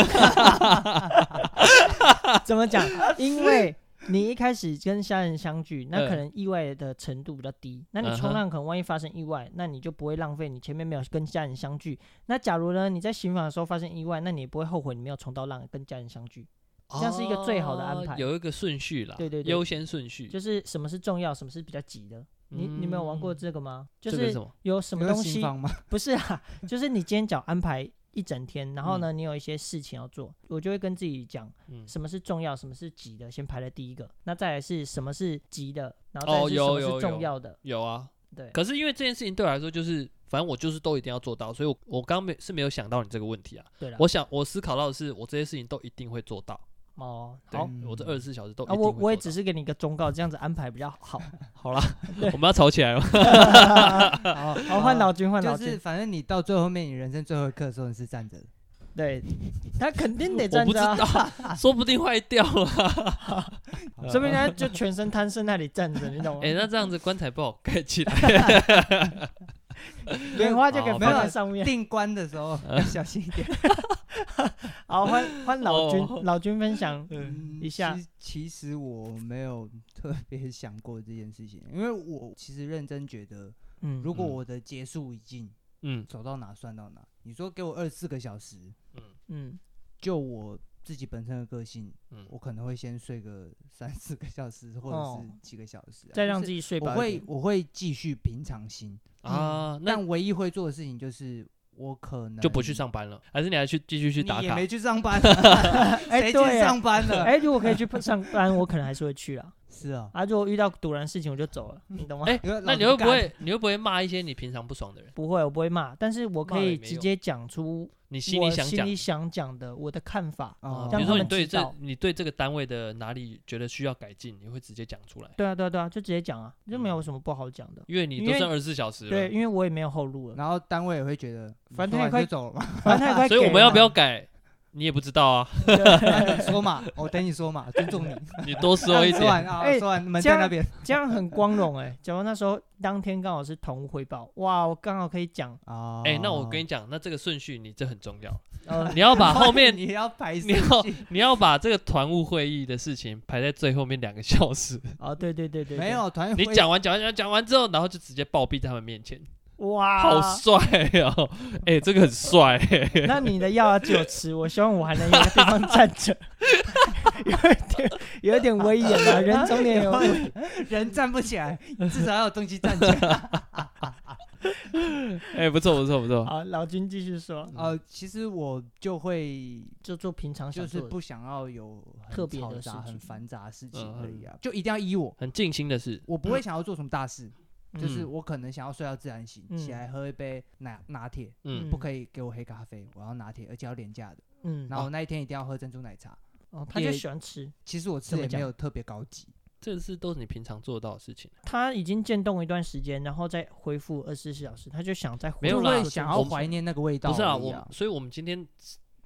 Speaker 3: 怎么 讲？因为你一开始跟家人相聚，那
Speaker 1: 嗯
Speaker 3: 可能意外的程度比较低。那你
Speaker 1: 嗯
Speaker 3: 冲
Speaker 1: 哼
Speaker 3: 浪可能万一发生意外，那你就不会浪费你前面没有跟家人相聚。那假如呢你在行房的时候发生意外，那你也不会后悔你没有冲到浪跟家人相聚。这样是一个最好的安排
Speaker 1: 哦有一个顺序啦，
Speaker 3: 对对对
Speaker 1: 优先顺序。
Speaker 3: 就是什么是重要，什么是比较急的。你你没有玩过
Speaker 1: 嗯
Speaker 3: 这个吗？就
Speaker 1: 这个
Speaker 3: 是
Speaker 1: 什么？
Speaker 3: 有什么
Speaker 2: 有
Speaker 3: 东
Speaker 2: 新
Speaker 3: 西
Speaker 2: 房 吗？
Speaker 3: 不是啊，就是你今天只要安排一整天，然后呢，你有一些事情要做，我就会跟自己讲，
Speaker 1: 嗯，
Speaker 3: 什么是重要，什么是急的，先排在第一个。那再来是什么是急的，然后再
Speaker 1: 哦
Speaker 3: 来是
Speaker 1: 有
Speaker 3: 什么
Speaker 1: 有
Speaker 3: 是重
Speaker 1: 有
Speaker 3: 要的。
Speaker 1: 有啊。
Speaker 3: 对，
Speaker 1: 可是因为这件事情对我来说，就是反正我就是都一定要做到，所以我我刚没是没有想到你这个问题啊。
Speaker 3: 对了，
Speaker 1: 我想我思考到的是，我这些事情都一定会做到。
Speaker 3: 哦，
Speaker 1: 对
Speaker 3: 好
Speaker 2: 嗯
Speaker 1: 我这二十四小时都一
Speaker 3: 啊，
Speaker 1: 定会做
Speaker 3: 我
Speaker 1: 到。
Speaker 3: 我也只是给你一个忠告，这样子安排比较 好。
Speaker 1: 好 啦，我们要吵起来了。
Speaker 2: 好，
Speaker 3: 好，换老君，换老
Speaker 2: 就是
Speaker 3: 君，
Speaker 2: 反正你到最后面，你人生最后一刻的时候，你是站着的。
Speaker 3: 对，他肯定得
Speaker 1: 我
Speaker 3: 站
Speaker 1: 不知
Speaker 3: 着啊，
Speaker 1: 道， 说不定坏掉啊了。
Speaker 3: 说不定他就全身瘫身那里站着，你懂吗
Speaker 1: 哎、？那这样子棺材不好盖起 来。
Speaker 3: 莲花就给
Speaker 1: 哦
Speaker 3: 放
Speaker 2: 没有
Speaker 3: 在上面。
Speaker 2: 定关的时候要小心一点。
Speaker 3: 好，换换老
Speaker 1: 哦
Speaker 3: 君，老君分享，
Speaker 2: 嗯
Speaker 3: 一下
Speaker 2: 其实其实我没有特别 想过这件事情，因为我其实认真觉得，
Speaker 3: 嗯，
Speaker 2: 如果
Speaker 1: 嗯
Speaker 2: 我的结束已经
Speaker 1: 嗯
Speaker 2: 走到哪算到哪，你说给我二十四个小时，
Speaker 1: 嗯
Speaker 3: 嗯，
Speaker 2: 就我自己本身的个性，
Speaker 1: 嗯
Speaker 2: 我可能会先睡个 三四个小时，或者
Speaker 3: 哦
Speaker 2: 是几个小时啊、
Speaker 3: 再让自
Speaker 2: 就是
Speaker 3: 己睡
Speaker 2: 我
Speaker 3: 饱一
Speaker 2: 会
Speaker 3: 点。
Speaker 2: 我会继续平常心，
Speaker 3: 嗯
Speaker 1: 啊，那
Speaker 2: 但唯一会做的事情就是我可能
Speaker 1: 就不去，上班了，还是你还去继续去
Speaker 2: 你
Speaker 1: 打
Speaker 2: 也
Speaker 1: 卡？哎啊
Speaker 2: 没去上 班啊，谁
Speaker 3: 哎对
Speaker 2: 去
Speaker 3: 耶
Speaker 2: 上班了？
Speaker 3: 哎，如果可以去上班，我可能还是会去啊。
Speaker 2: 是啊，
Speaker 3: 啊，如果遇到突然事情，我就走了，你懂吗？
Speaker 1: 哎
Speaker 2: 因为老
Speaker 1: 那你
Speaker 2: 子
Speaker 1: 会不
Speaker 2: 干
Speaker 1: 会你会不会骂一些你平常不爽的人？
Speaker 3: 不会，我不会骂，但是我可
Speaker 1: 骂了
Speaker 3: 以
Speaker 1: 也没
Speaker 3: 直
Speaker 1: 用
Speaker 3: 接讲出
Speaker 1: 你心
Speaker 3: 我
Speaker 1: 想
Speaker 3: 心
Speaker 1: 讲
Speaker 3: 里想讲的我的看法。
Speaker 1: 啊，
Speaker 2: 哦
Speaker 1: 比
Speaker 3: 让
Speaker 1: 如
Speaker 3: 他
Speaker 1: 说你
Speaker 3: 们
Speaker 1: 对
Speaker 3: 知
Speaker 1: 这
Speaker 3: 道
Speaker 1: 你对这个单位的哪里觉得需要改进，你会直接讲出来，
Speaker 3: 对啊，对啊，对啊，就直接讲啊，就
Speaker 1: 嗯
Speaker 3: 没有什么不好讲的。
Speaker 1: 因为你
Speaker 3: 因
Speaker 1: 都
Speaker 3: 为
Speaker 1: 剩二十四小时了。
Speaker 3: 对，因为我也没有后路了，
Speaker 2: 然后单位也会觉得，
Speaker 3: 反正
Speaker 2: 你
Speaker 3: 也
Speaker 2: 说
Speaker 3: 快
Speaker 2: 完就走了嘛，
Speaker 3: 反正他也 快
Speaker 1: 所以我
Speaker 3: 给
Speaker 1: 们要
Speaker 3: 了
Speaker 1: 不要改，你也不知道 啊，
Speaker 3: 对
Speaker 2: 你 说嘛，我等你说嘛，尊重你。
Speaker 1: 你多 说一
Speaker 2: 说
Speaker 1: 点。
Speaker 2: 完啊，
Speaker 3: 哎
Speaker 2: 说完门
Speaker 3: 这
Speaker 2: 在
Speaker 3: 样
Speaker 2: 那边，
Speaker 3: 这样很光荣哎、假如那时候当天刚好是同汇报，哇，我刚好可以讲，
Speaker 2: 哦，
Speaker 1: 哎，那我跟你讲，那这个顺序你这很重要，
Speaker 3: 呃，
Speaker 1: 你要把后面
Speaker 2: 你要排
Speaker 1: 你要你要把这个团务会议的事情排在最后面两个小 时。
Speaker 3: 哦，对对对对对
Speaker 2: 没有团
Speaker 1: 你
Speaker 2: 会
Speaker 1: 讲完讲完讲完讲完之后，然后就直接暴毙在他们面前，
Speaker 2: 啊
Speaker 3: 哇，
Speaker 1: 好帅哦！哎，这个很帅欸。
Speaker 3: 那你的药要借我吃，我希望我还能有个地方站着， 有一点有一点威严啊，人总得 有威严。
Speaker 2: 人站不起来，至少要有东西站起 来。
Speaker 1: 哎，不错不错不错。
Speaker 3: 好，老君继续
Speaker 1: 嗯
Speaker 3: 说，
Speaker 2: 呃，其实我就会
Speaker 3: 就做平常想
Speaker 2: 就是
Speaker 3: 做的
Speaker 2: 不想要有很
Speaker 3: 特别的
Speaker 2: 嘈
Speaker 3: 事
Speaker 2: 杂、
Speaker 3: 情
Speaker 2: 很繁杂的事情
Speaker 1: 嗯
Speaker 2: 而已啊，就一定要依我，
Speaker 1: 很尽心的事，
Speaker 2: 我不会想要做什么大事，就是
Speaker 1: 嗯
Speaker 2: 我可能想要睡到自然醒，起
Speaker 3: 嗯
Speaker 2: 来喝一杯拿拿铁，
Speaker 1: 嗯
Speaker 3: 嗯
Speaker 2: 不可以给我黑咖啡，我要拿铁，而且要廉价的。
Speaker 3: 嗯，
Speaker 2: 然后我那一天一定要喝珍珠奶茶。
Speaker 3: 哦，他就喜欢吃，
Speaker 2: 其实我吃
Speaker 3: 怎么
Speaker 2: 也没
Speaker 3: 讲
Speaker 2: 有特别高级，
Speaker 1: 这是都是你平常做到的事情。啊
Speaker 3: 他已经渐冻一段时间，然后再恢复二十四小时，他就想再
Speaker 1: 没有
Speaker 2: 就
Speaker 1: 啦
Speaker 2: 会想要怀
Speaker 3: 念，
Speaker 2: 念那个味道而
Speaker 1: 不
Speaker 2: 已啊。
Speaker 1: 是啊，我所以我们今天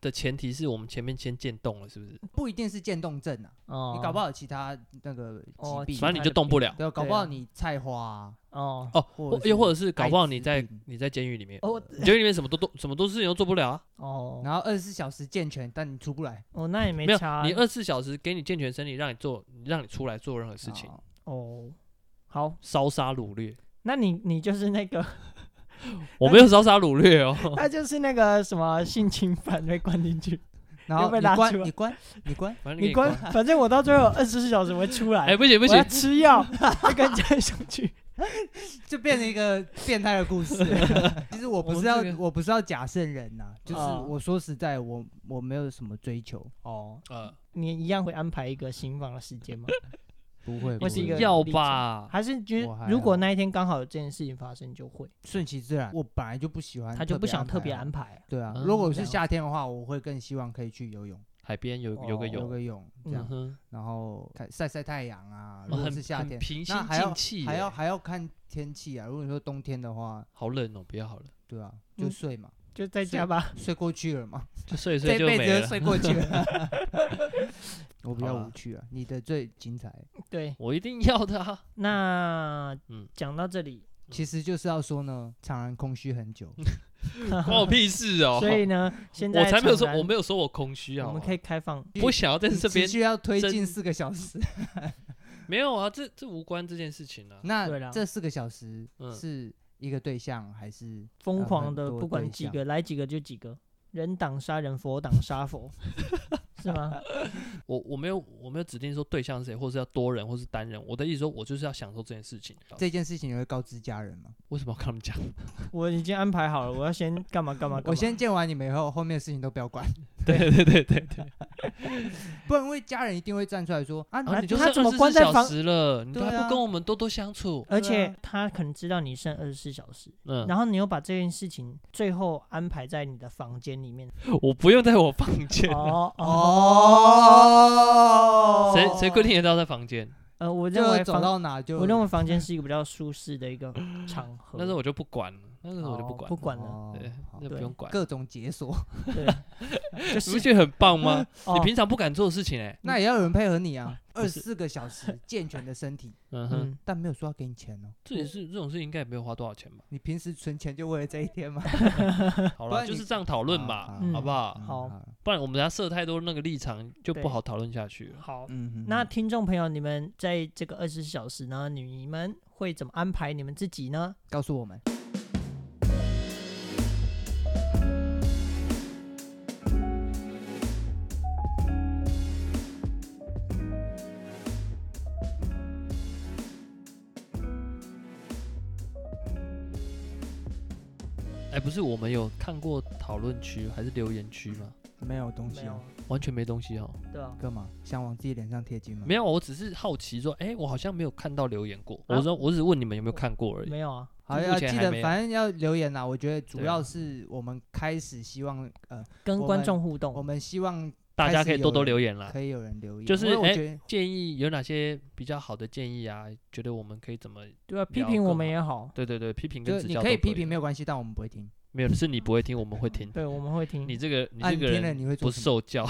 Speaker 1: 的前提是我们前面先渐冻了，是不是？
Speaker 2: 不一定是渐冻症啊，
Speaker 3: 哦，
Speaker 2: 你搞不好有其他那个
Speaker 3: 哦
Speaker 2: 疾病，
Speaker 1: 反正你就动不了。
Speaker 2: 对，搞不
Speaker 3: 对啊
Speaker 2: 好你菜花啊，
Speaker 3: 哦，
Speaker 1: 哦，
Speaker 2: 或
Speaker 1: 或
Speaker 2: 者
Speaker 1: 又或者
Speaker 2: 是
Speaker 1: 是搞不好你
Speaker 2: 艾
Speaker 1: 在
Speaker 2: 滋病
Speaker 1: 你在监狱里面，
Speaker 3: 哦
Speaker 1: 你监狱里面什么都都什么都事情都做不了啊。
Speaker 3: 哦，
Speaker 2: 然后二十四小时健全，但你出不来
Speaker 3: 哦，那也没
Speaker 1: 没有
Speaker 3: 差啊，，
Speaker 1: 你二十四小时给你健全身体，让你做，让你出来做任何事情，
Speaker 2: 哦
Speaker 3: 哦，好，
Speaker 1: 烧杀掳掠。
Speaker 3: 那你你就是那个，
Speaker 1: 我没有烧杀掳掠哦，
Speaker 3: 那就是那个什么性侵犯被关进去，
Speaker 2: 然
Speaker 3: 又
Speaker 2: 后
Speaker 3: 被
Speaker 2: 你
Speaker 3: 拉出
Speaker 2: 关
Speaker 3: 来
Speaker 2: 你关你关，
Speaker 1: 反正
Speaker 3: 你
Speaker 1: 你关
Speaker 3: 关。，反正我到最后二十四小时我会出来，
Speaker 1: 哎，不行不
Speaker 3: 我要
Speaker 1: 行，
Speaker 3: 吃药，要跟家人上去，
Speaker 2: 就变成一个变态的故事。 其实我
Speaker 1: 我
Speaker 2: 不
Speaker 1: 们
Speaker 2: 是要
Speaker 1: 这个
Speaker 2: 我不是要假圣人呐，就是
Speaker 3: 哦
Speaker 2: 我说实在，我我没有什么追求，
Speaker 3: 哦，
Speaker 1: 呃，
Speaker 3: 你一样会安排一个新房的时间吗？
Speaker 2: 不会
Speaker 3: 我是一个
Speaker 1: 要吧？
Speaker 3: 还是觉
Speaker 2: 我
Speaker 3: 得
Speaker 2: 还
Speaker 3: 如果
Speaker 2: 好
Speaker 3: 那一天刚好有这件事情发生，就会
Speaker 2: 顺其自然。我本来就不喜欢，
Speaker 3: 他就不想特别
Speaker 2: 安排啊
Speaker 3: 安排啊。
Speaker 2: 对啊，
Speaker 1: 嗯
Speaker 2: 如果
Speaker 3: 这
Speaker 2: 是
Speaker 3: 样
Speaker 2: 夏天的话，我会更希望可以去游泳，
Speaker 1: 海边有游个
Speaker 3: 哦
Speaker 2: 游
Speaker 1: 泳，
Speaker 2: 个泳这
Speaker 1: 嗯
Speaker 2: 样，
Speaker 1: 哼，
Speaker 2: 然后看晒晒太阳啊。如
Speaker 1: 哦
Speaker 2: 果
Speaker 1: 很
Speaker 2: 是夏
Speaker 1: 很
Speaker 2: 天，
Speaker 1: 平心
Speaker 2: 那还
Speaker 1: 静
Speaker 2: 要
Speaker 1: 气耶，
Speaker 2: 还要还要看天气啊。如果你说冬天的话，
Speaker 1: 好冷哦，不要好了，
Speaker 2: 对啊，
Speaker 3: 嗯
Speaker 2: 就睡嘛，
Speaker 3: 就在
Speaker 2: 所以
Speaker 3: 家吧。
Speaker 2: 睡过去了嘛，
Speaker 1: 就睡一
Speaker 2: 这
Speaker 1: 睡就
Speaker 2: 辈
Speaker 1: 没
Speaker 2: 子
Speaker 1: 了
Speaker 2: 就。睡过去了。
Speaker 1: 好嗯
Speaker 2: 我比较
Speaker 1: 啦
Speaker 2: 无趣啊，你的最精彩，
Speaker 3: 对，
Speaker 1: 我一定要的 啊！
Speaker 3: 那
Speaker 1: 嗯
Speaker 3: 讲到这里，
Speaker 2: 其实就是要说呢，常人空虚很久，
Speaker 1: 关我屁事哦！
Speaker 3: 所 以呢，现在
Speaker 1: 我才没有说
Speaker 3: 诚，然
Speaker 1: 我没有说我空虚啊。
Speaker 3: 我们可以开放。
Speaker 1: 我想要在
Speaker 2: 你
Speaker 1: 这
Speaker 2: 持
Speaker 1: 边
Speaker 2: 续要推进
Speaker 1: 真
Speaker 2: 四个 小时。
Speaker 1: 没有啊，这这无关这件事情
Speaker 2: 嗯
Speaker 1: 啊。
Speaker 3: 对啦
Speaker 2: 那这四个小时
Speaker 1: 嗯
Speaker 2: 是一个对象还是？
Speaker 3: 疯
Speaker 2: 呃
Speaker 3: 狂
Speaker 2: 很
Speaker 3: 的，
Speaker 2: 多
Speaker 3: 不管
Speaker 2: 对
Speaker 3: 几
Speaker 2: 象
Speaker 3: 个来几个就几个，人挡杀人，佛挡杀佛，是吗？
Speaker 1: 我我没有我没有指定说对象是谁，或是要多人，或是单人。我的意思说，我就是要享受这件事情。
Speaker 2: 这件事情你会告知家人吗？
Speaker 1: 为什么要跟他们讲？
Speaker 3: 我已经安排好了，我要先干嘛干嘛干嘛。
Speaker 2: 我先见完你们以后，后面的事情都不要管，
Speaker 1: 对 对对对对，
Speaker 2: 不然因为家人一定会站出来说啊，
Speaker 1: 然后
Speaker 3: 啊
Speaker 1: 哦你就
Speaker 3: 他
Speaker 1: 剩
Speaker 3: 怎么
Speaker 1: 24
Speaker 3: 关在
Speaker 1: 小
Speaker 3: 房
Speaker 1: 时 了，你都
Speaker 2: 对
Speaker 1: 还
Speaker 2: 啊
Speaker 1: 不跟我们多多相处？
Speaker 3: 而
Speaker 2: 对啊
Speaker 3: 且他可能知道你剩二十四小时，
Speaker 1: 嗯，
Speaker 3: 然后你又把这件事情最后安排在你的房 间里面。
Speaker 1: 我不用在我房间，
Speaker 3: 哦哦，
Speaker 2: 哦
Speaker 1: 谁谁规定得到在房间？
Speaker 3: 呃，我认
Speaker 2: 就
Speaker 3: 为
Speaker 2: 走
Speaker 3: 房，
Speaker 2: 到哪就
Speaker 3: 我认为房间是一个比较舒适的一个场 合。
Speaker 1: 那时候我就不管了，那时候我就不
Speaker 3: 哦
Speaker 1: 管
Speaker 3: 不
Speaker 1: 了，
Speaker 3: 管了，
Speaker 2: 哦
Speaker 1: 对
Speaker 2: 好
Speaker 1: 那不
Speaker 3: 对
Speaker 1: 用管。
Speaker 2: 各种解 锁，
Speaker 3: 对， 就
Speaker 1: 你不
Speaker 3: 是
Speaker 1: 觉得很棒 吗？
Speaker 3: 哦
Speaker 1: 你平常不敢做的事情哎，
Speaker 2: 那也要有人配合你啊。二十四个小 时健全的身体，
Speaker 1: 嗯哼，
Speaker 3: 嗯，
Speaker 2: 但没有说要给你钱哦。
Speaker 1: 这也是这种事应该也没有花多少钱 吧？
Speaker 2: 你平时存钱就为了这一天吗？
Speaker 1: 好
Speaker 2: 不
Speaker 1: 了，
Speaker 2: 然
Speaker 1: 就
Speaker 2: 你
Speaker 1: 是这样讨论 吧，
Speaker 3: 嗯
Speaker 1: 好不好？
Speaker 2: 嗯
Speaker 3: 好，
Speaker 1: 不然我们等下设太多那个立场就不
Speaker 3: 对
Speaker 1: 好讨论下去了。
Speaker 3: 好。
Speaker 2: 嗯哼，
Speaker 3: 那听众朋友，你们在这个二十四小时呢，你们会怎么安排你们自己呢？
Speaker 2: 告诉我们，
Speaker 1: 哎，不是，我们有看过讨论区还是留言区吗？
Speaker 2: 没有东西
Speaker 3: 没有啊
Speaker 2: 哦，，
Speaker 1: 完全没东西哦。
Speaker 3: 对啊，
Speaker 2: 干嘛？想往自己脸上贴金吗？
Speaker 1: 没有，我只是好奇说，哎，我好像没有看到留言过。
Speaker 3: 啊
Speaker 1: 我说，我只是问你们有没有看过而已。
Speaker 3: 没有啊，
Speaker 2: 好，
Speaker 1: 目
Speaker 2: 要
Speaker 1: 前
Speaker 2: 记
Speaker 1: 还
Speaker 2: 得
Speaker 1: 没，有
Speaker 2: 反正要留言啦。我觉得主
Speaker 1: 对
Speaker 2: 要
Speaker 1: 啊
Speaker 2: 是我们开始希望，呃，
Speaker 3: 跟
Speaker 2: 我
Speaker 3: 观
Speaker 2: 们
Speaker 3: 众互
Speaker 2: 我
Speaker 1: 哦
Speaker 3: 动。
Speaker 2: 们希望
Speaker 1: 大家
Speaker 2: 开始
Speaker 1: 可以多
Speaker 2: 有
Speaker 1: 多
Speaker 2: 人
Speaker 1: 留言啦。
Speaker 2: 可以有人留言，
Speaker 1: 啊就是
Speaker 2: 因为
Speaker 1: 哎
Speaker 2: 我觉得
Speaker 1: 建议有哪些比较好的建议啊？觉得我们可以怎么？
Speaker 3: 对啊，批
Speaker 1: 聊
Speaker 3: 评我
Speaker 1: 更
Speaker 3: 们
Speaker 1: 好
Speaker 3: 也好，
Speaker 1: 对对对，批评
Speaker 2: 就
Speaker 1: 跟指
Speaker 2: 是你
Speaker 1: 教
Speaker 2: 可以
Speaker 1: 都
Speaker 2: 批评没
Speaker 1: 有？
Speaker 2: 有关系，但我们不会听。
Speaker 1: 没有，是你不会听，我们会 听。
Speaker 3: 对，我们会听。，
Speaker 1: 你这个你
Speaker 2: 啊，
Speaker 1: 这
Speaker 2: 你
Speaker 1: 个
Speaker 2: 听了
Speaker 1: 人
Speaker 2: 你会做
Speaker 1: 不
Speaker 2: 什么？
Speaker 1: 受 教。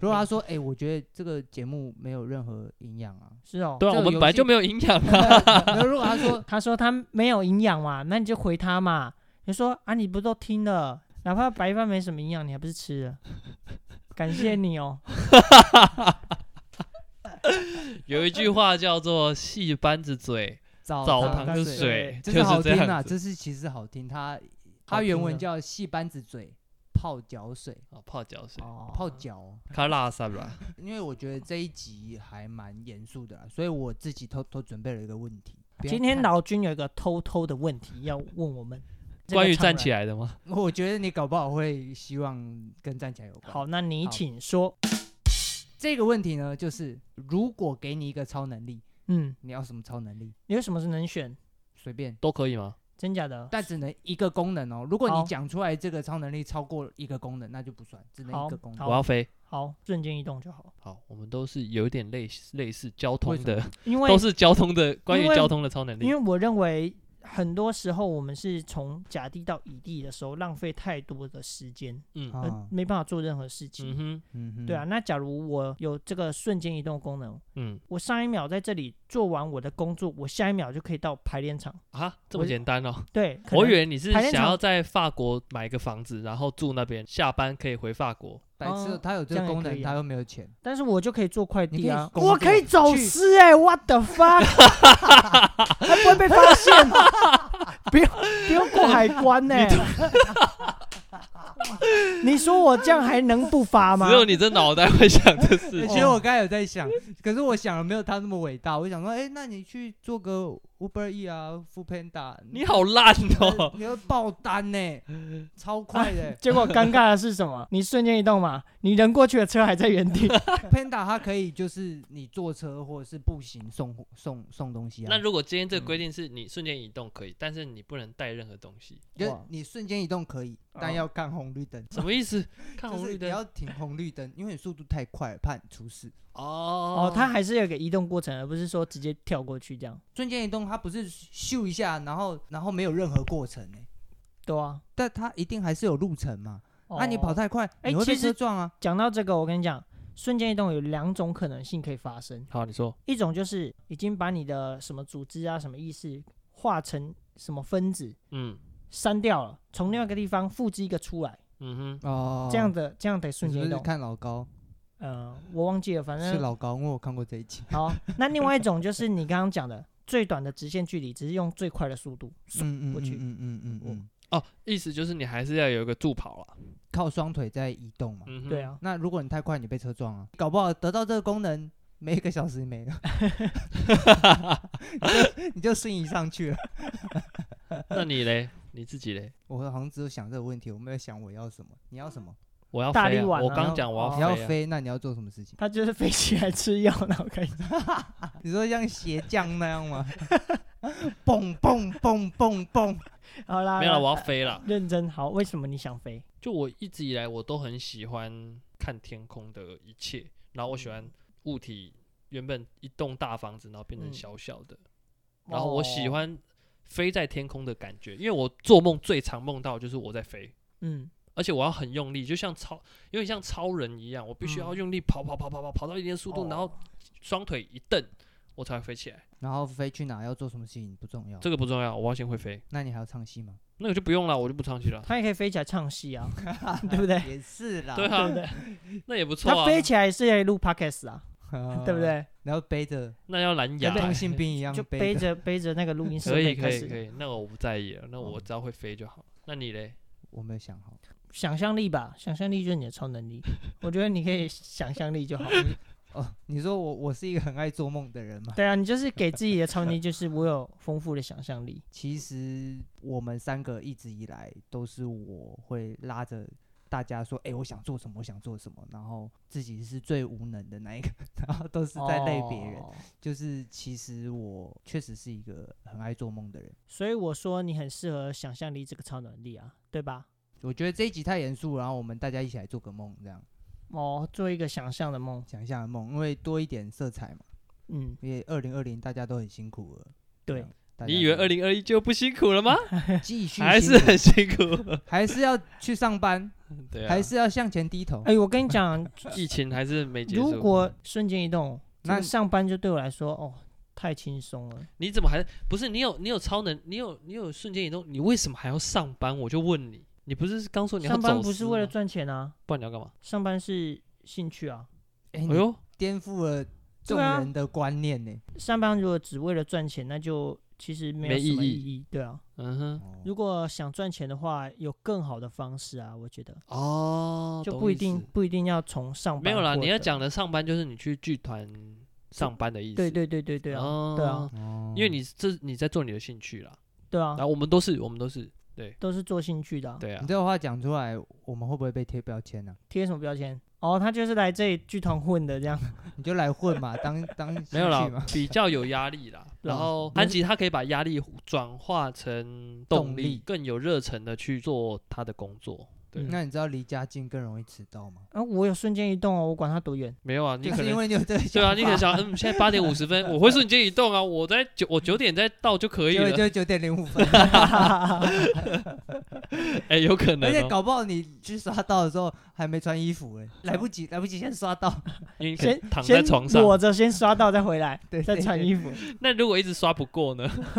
Speaker 2: 如果 他说，哎，我觉得这个节目没有任何营养啊
Speaker 3: 是哦，
Speaker 1: 对啊，
Speaker 2: 这
Speaker 1: 我
Speaker 2: 个
Speaker 1: 们
Speaker 2: 游
Speaker 1: 本来
Speaker 2: 戏
Speaker 1: 就没有营养啊。
Speaker 2: 那如果他说，
Speaker 3: 他说他没有营养嘛，那你就回他嘛。你说啊，你不都听了？哪怕白饭没什么营养，你还不是吃了？ 感谢你哦。
Speaker 1: 有一句话叫做“戏班子嘴，
Speaker 2: 澡
Speaker 1: 澡
Speaker 2: 堂
Speaker 1: 堂
Speaker 3: 子
Speaker 1: 子水
Speaker 3: 水”，
Speaker 2: 这
Speaker 1: 就是
Speaker 2: 好
Speaker 1: 这
Speaker 2: 听
Speaker 1: 样
Speaker 2: 啊，
Speaker 1: 子。啊
Speaker 2: 这是其实好听。它
Speaker 3: 好
Speaker 2: 它
Speaker 3: 听
Speaker 2: 原文
Speaker 3: 的
Speaker 2: 叫戏班子嘴泡脚水，
Speaker 1: 啊，泡脚水，
Speaker 3: 哦，
Speaker 2: 泡脚哦。
Speaker 1: 卡拉萨吧。
Speaker 2: 因为我觉得这一集还蛮严肃的啦，所以我自己偷偷准备了一个问题。别人
Speaker 3: 今天
Speaker 2: 看，
Speaker 3: 老君有一个偷偷的问题要问我们，这个
Speaker 1: 关于
Speaker 3: 常
Speaker 1: 站
Speaker 3: 人
Speaker 1: 起来的吗？
Speaker 2: 我觉得你搞不好会希望跟站起来有关。
Speaker 3: 好，，那你
Speaker 2: 好
Speaker 3: 请说。
Speaker 2: 这个问题呢，就是如果给你一个超能力，
Speaker 3: 嗯，
Speaker 2: 你要什么超能力？
Speaker 3: 你有什么是能选？
Speaker 2: 随便，
Speaker 1: 都可以吗？
Speaker 3: 真假的？
Speaker 2: 但只能一个功能哦。如果
Speaker 3: 好
Speaker 2: 你讲出来这个超能力超过一个功能，那就不算，只能
Speaker 3: 好
Speaker 2: 一个功
Speaker 3: 好
Speaker 2: 能。
Speaker 1: 我要飞。
Speaker 3: 好，瞬间移动就好，
Speaker 1: 好，我们都是有一点类似类似交通的，
Speaker 3: 因为
Speaker 1: 都是交通的，关于
Speaker 3: 因为
Speaker 1: 交通的超能
Speaker 3: 因
Speaker 1: 力
Speaker 3: 为。我认为很多时候我们是从甲地到乙地的时候浪费太多的时间，
Speaker 1: 嗯
Speaker 2: 啊
Speaker 3: 呃，没办法做任何事情。
Speaker 1: 嗯哼，
Speaker 2: 嗯哼
Speaker 3: 对啊，，那假如我有这个瞬间移动功能，
Speaker 1: 嗯
Speaker 3: 我上一秒在这里做完我的工作，我下一秒就可以到排练场。
Speaker 1: 啊，这么
Speaker 3: 我
Speaker 1: 简单哦。
Speaker 3: 对，可
Speaker 1: 我以
Speaker 3: 能
Speaker 1: 为你是
Speaker 3: 排练
Speaker 1: 想
Speaker 3: 场
Speaker 1: 要在法国买一个房子，然后住那边，下班可以回法 国。
Speaker 2: 白痴
Speaker 3: 哦
Speaker 2: 哦，他有这
Speaker 3: 这
Speaker 2: 个
Speaker 3: 样也
Speaker 2: 功
Speaker 3: 可以
Speaker 2: 能，
Speaker 3: 啊
Speaker 2: 他又没有钱。
Speaker 3: 但是我就可以做快递啊，
Speaker 2: 你可以工作
Speaker 3: 我可以走
Speaker 2: 去
Speaker 3: 私哎、我的 fuck，还不会被发现，不用不用过海关呢、欸你说我这样还能不发吗
Speaker 1: 只？有你这脑袋会想这 事
Speaker 2: 欸
Speaker 3: 哎哦
Speaker 1: 情。
Speaker 2: 其实我刚才有在想，可是我想的没有他那么伟大。我想说，哎、那你去做个 Uber E 啊，Food Panda，
Speaker 1: 你好烂
Speaker 3: 哎
Speaker 1: 哦！
Speaker 2: 你要爆单呢、超快的、
Speaker 3: 结果尴尬的是什么？你瞬间移动嘛，你人过去的车还在原地。
Speaker 2: Panda 它可以就是你坐车或者是步行送送送东西啊。
Speaker 1: 那如果今天这个规定是你瞬间移动可以，但是你不能带任何东西，
Speaker 2: 就是
Speaker 3: 哇
Speaker 2: 你瞬间移动可以，
Speaker 3: 哦
Speaker 2: 但要看红绿灯。
Speaker 1: 什么意 思？看红
Speaker 2: 就是
Speaker 1: 绿
Speaker 2: 你
Speaker 1: 灯
Speaker 2: 要停红绿灯，因为你速度太快了，怕你出事。
Speaker 1: 哦
Speaker 3: 哦，它还是有一个移动过程，而不是说直接跳过去这样。
Speaker 2: 瞬间移动它不是咻一下，然后然后没有任何过程呢、
Speaker 3: 对啊，
Speaker 2: 但它一定还是有路程嘛。那、啊、你跑
Speaker 3: 哦
Speaker 2: 太快，
Speaker 3: 哎
Speaker 2: 你会被
Speaker 3: 其实
Speaker 2: 车撞啊。
Speaker 3: 讲到这个，我跟你讲，瞬间移动有两种可能性可以发生，
Speaker 1: 好，你说
Speaker 3: 一种就是已经把你的什么组织啊、什么意识化成什么分子
Speaker 1: 嗯
Speaker 3: 删掉了，从另外一个地方复制一个出来，
Speaker 1: 嗯哼，
Speaker 2: 哦，
Speaker 3: 这样的这样的瞬间
Speaker 2: 你
Speaker 3: 移
Speaker 2: 是不
Speaker 3: 动
Speaker 2: 是。看老高，
Speaker 3: 嗯、我忘记了，反
Speaker 2: 是
Speaker 3: 正
Speaker 2: 老高，因为我看过这一集。
Speaker 3: 好。那另外一种就是你刚刚讲的最短的直线距离，只是用最快的速度。
Speaker 2: 嗯
Speaker 3: 过去
Speaker 2: 嗯嗯嗯嗯
Speaker 3: 我
Speaker 2: 嗯，
Speaker 1: 哦，意思就是你还是要有一个助跑啦。
Speaker 2: 靠双腿在移动嘛。
Speaker 1: 嗯哼
Speaker 3: 对，啊，
Speaker 2: 那如果你太快，你被车撞啊，搞不好得到这个功能，没一个小时你没了， 你就你就瞬移上去了。
Speaker 1: 那你嘞？你自己嘞？
Speaker 2: 我好像只有想这个问题，我没有想我要什么，你要什么？
Speaker 1: 我要飞、
Speaker 3: 大力
Speaker 1: 啊，
Speaker 3: 丸
Speaker 1: 我
Speaker 3: 啊
Speaker 1: 刚讲我
Speaker 3: 哦
Speaker 2: 你要
Speaker 1: 飞、啊，
Speaker 2: 飞，那你要做什么事情？
Speaker 3: 他就是飞起来吃药，然后开始
Speaker 2: 你说像鞋匠那样吗？ 蹦蹦蹦蹦蹦，
Speaker 3: 好啦，
Speaker 1: 没有了，
Speaker 3: 啦
Speaker 1: 我要飞了。
Speaker 3: 认真好，为什么你想飞？
Speaker 1: 就我一直以来我都很喜欢看天空的一切，然后我喜
Speaker 3: 嗯
Speaker 1: 欢物体原本一栋大房子，然后变成
Speaker 3: 嗯
Speaker 1: 小小的，然后我喜
Speaker 3: 哦，
Speaker 1: 欢飞在天空的感觉，因为我做梦最常梦到就是我在飞。
Speaker 3: 嗯，
Speaker 1: 而且我要很用力，就像超有点像超人一样，我必须要
Speaker 3: 嗯
Speaker 1: 用力跑跑跑跑跑跑到一定的速度，然后
Speaker 3: 哦
Speaker 1: 双腿一蹬，我才会飞起来。
Speaker 2: 然后飞去哪，要做什么事情不重要。
Speaker 1: 这个不重要，我要先会飞。
Speaker 2: 那你还要唱戏 吗？
Speaker 1: 那个就不用了，我就不唱戏了。
Speaker 3: 他也可以飞起来唱戏啊，对不对？
Speaker 2: 也是啦
Speaker 1: 对
Speaker 3: 对
Speaker 1: 啊
Speaker 3: 不，对？
Speaker 1: 那也不错啊
Speaker 3: 他。飞起来是可以录 podcast 啊，
Speaker 2: 呃
Speaker 3: 对不？对？
Speaker 2: 然后背着
Speaker 1: 那要蓝牙
Speaker 2: 跟
Speaker 1: 欸，
Speaker 2: 通信兵一样
Speaker 3: 就
Speaker 2: 背
Speaker 3: 背
Speaker 2: 着。
Speaker 3: 着背着那个录 音设
Speaker 1: 可以
Speaker 3: 备
Speaker 1: 可
Speaker 3: 开
Speaker 1: 以可
Speaker 3: 始，哦
Speaker 1: 以。那我不在意了，那我只要会飞就好。那你嘞？
Speaker 2: 我没有想好，
Speaker 3: 想象力吧，想象力就是你的超能力。我觉得你可以想象力就好。
Speaker 2: 哦，你说我我是一个很爱做梦的人吗？
Speaker 3: 对啊，你就是给自己的超能力，就是我有丰富的想象力。
Speaker 2: 其实我们三个一直以来都是我会拉着大家说，哎、我想做什么，我想做什么，然后自己是最无能的那一个， 然后都是在累别人。
Speaker 3: 哦
Speaker 2: 就是其实我确实是一个很爱做梦的人。
Speaker 3: 所以我说你很适合想象力这个超能力啊，对吧？
Speaker 2: 我觉得这一集太严肃，然后我们大家一起来做个梦，这样
Speaker 3: 哦，做一个想象的梦，
Speaker 2: 想象的梦，因为多一点色彩嘛。
Speaker 3: 嗯，
Speaker 2: 因为二零二零大家都很辛苦了，
Speaker 3: 对
Speaker 2: 这样，大家
Speaker 1: 你以为
Speaker 2: 都
Speaker 1: 二零二一就不辛苦了 吗？
Speaker 2: 继续
Speaker 1: 还
Speaker 2: 辛
Speaker 1: 是
Speaker 2: 苦
Speaker 1: 很辛苦。
Speaker 2: 还是要去上班，
Speaker 1: 对啊，
Speaker 2: 还是要向前低头？
Speaker 3: 哎，我跟你讲，
Speaker 1: 疫情还是没结束。
Speaker 3: 如果瞬间移动，
Speaker 2: 那
Speaker 3: 那上班就对我来说，哦，太轻松了。
Speaker 1: 你怎么还不是你有你有超能，你有你有瞬间移动，你为什么还要上班？我就问你，你不是刚说你要
Speaker 3: 上班
Speaker 1: 走
Speaker 3: 不
Speaker 1: 私
Speaker 3: 是为了
Speaker 1: 吗，
Speaker 3: 赚钱啊，
Speaker 1: 不然你要干嘛？
Speaker 3: 上班是兴趣啊。
Speaker 2: 哎、
Speaker 1: 哎
Speaker 2: 你
Speaker 1: 呦，
Speaker 2: 颠覆了众
Speaker 3: 对啊
Speaker 2: 人的观念呢、
Speaker 3: 上班如果只为了赚钱，那就其实没有
Speaker 1: 没
Speaker 3: 什么
Speaker 1: 意
Speaker 3: 意
Speaker 1: 义
Speaker 3: 义，对啊。
Speaker 1: 嗯哼，
Speaker 2: 哦
Speaker 3: 如果想赚钱的话，有更好的方式啊，我觉得
Speaker 1: 哦，
Speaker 3: 就
Speaker 1: 懂
Speaker 3: 不一
Speaker 1: 意
Speaker 3: 定
Speaker 1: 思
Speaker 3: 不一定要从上班。
Speaker 1: 没有啦。你要讲，的上班就是你去剧团上班的意思。
Speaker 3: 对对对对对啊，
Speaker 1: 哦
Speaker 3: 对啊，
Speaker 2: 哦
Speaker 1: 因为你这你在做你的兴趣啦。
Speaker 3: 对啊
Speaker 1: 然，后我们都是我们都是
Speaker 3: 都是做兴趣的、啊。
Speaker 1: 对啊
Speaker 2: 你，这个话讲出来，我们会不会被贴标签呢、啊
Speaker 3: 贴什么标签？哦，他就是来这里剧团混的这样。
Speaker 2: 你就来混嘛，当当兴
Speaker 1: 没有
Speaker 2: 趣嘛
Speaker 1: 啦，比较有压力 啦。
Speaker 2: 对
Speaker 1: 然
Speaker 2: 啊
Speaker 1: 后
Speaker 3: 那
Speaker 1: 安吉他可以把压力转化成动
Speaker 2: 动
Speaker 1: 力，
Speaker 2: 力
Speaker 1: 更有热忱的去做他的工作。对，
Speaker 3: 嗯
Speaker 2: 那你知道离家近更容易迟到吗？
Speaker 3: 啊，我有瞬间移动哦，我管他 多远。
Speaker 1: 没有啊，你
Speaker 2: 就
Speaker 1: 可
Speaker 2: 是
Speaker 1: 能
Speaker 2: 因为你有这个想法，
Speaker 1: 对啊，你可能想，嗯，现在八 点五十分，我会瞬间移动啊，我在九我九点再到就可以
Speaker 2: 就
Speaker 1: 了。
Speaker 2: 就九点零五
Speaker 1: 哦
Speaker 2: 分，
Speaker 1: 哎、有可
Speaker 2: 而
Speaker 1: 能、
Speaker 2: 且
Speaker 1: 哦，
Speaker 2: 搞不好你去刷到的时候还没穿衣服哎、
Speaker 1: 嗯
Speaker 2: 来不及，来不及先刷到。
Speaker 1: 因为你可能
Speaker 3: 先
Speaker 1: 躺在
Speaker 3: 先
Speaker 1: 床上。
Speaker 3: 裸着先刷到再回来，
Speaker 2: 对
Speaker 3: 再
Speaker 2: 对
Speaker 3: 穿
Speaker 2: 对
Speaker 3: 衣服，
Speaker 1: 那如果一直刷不过 呢？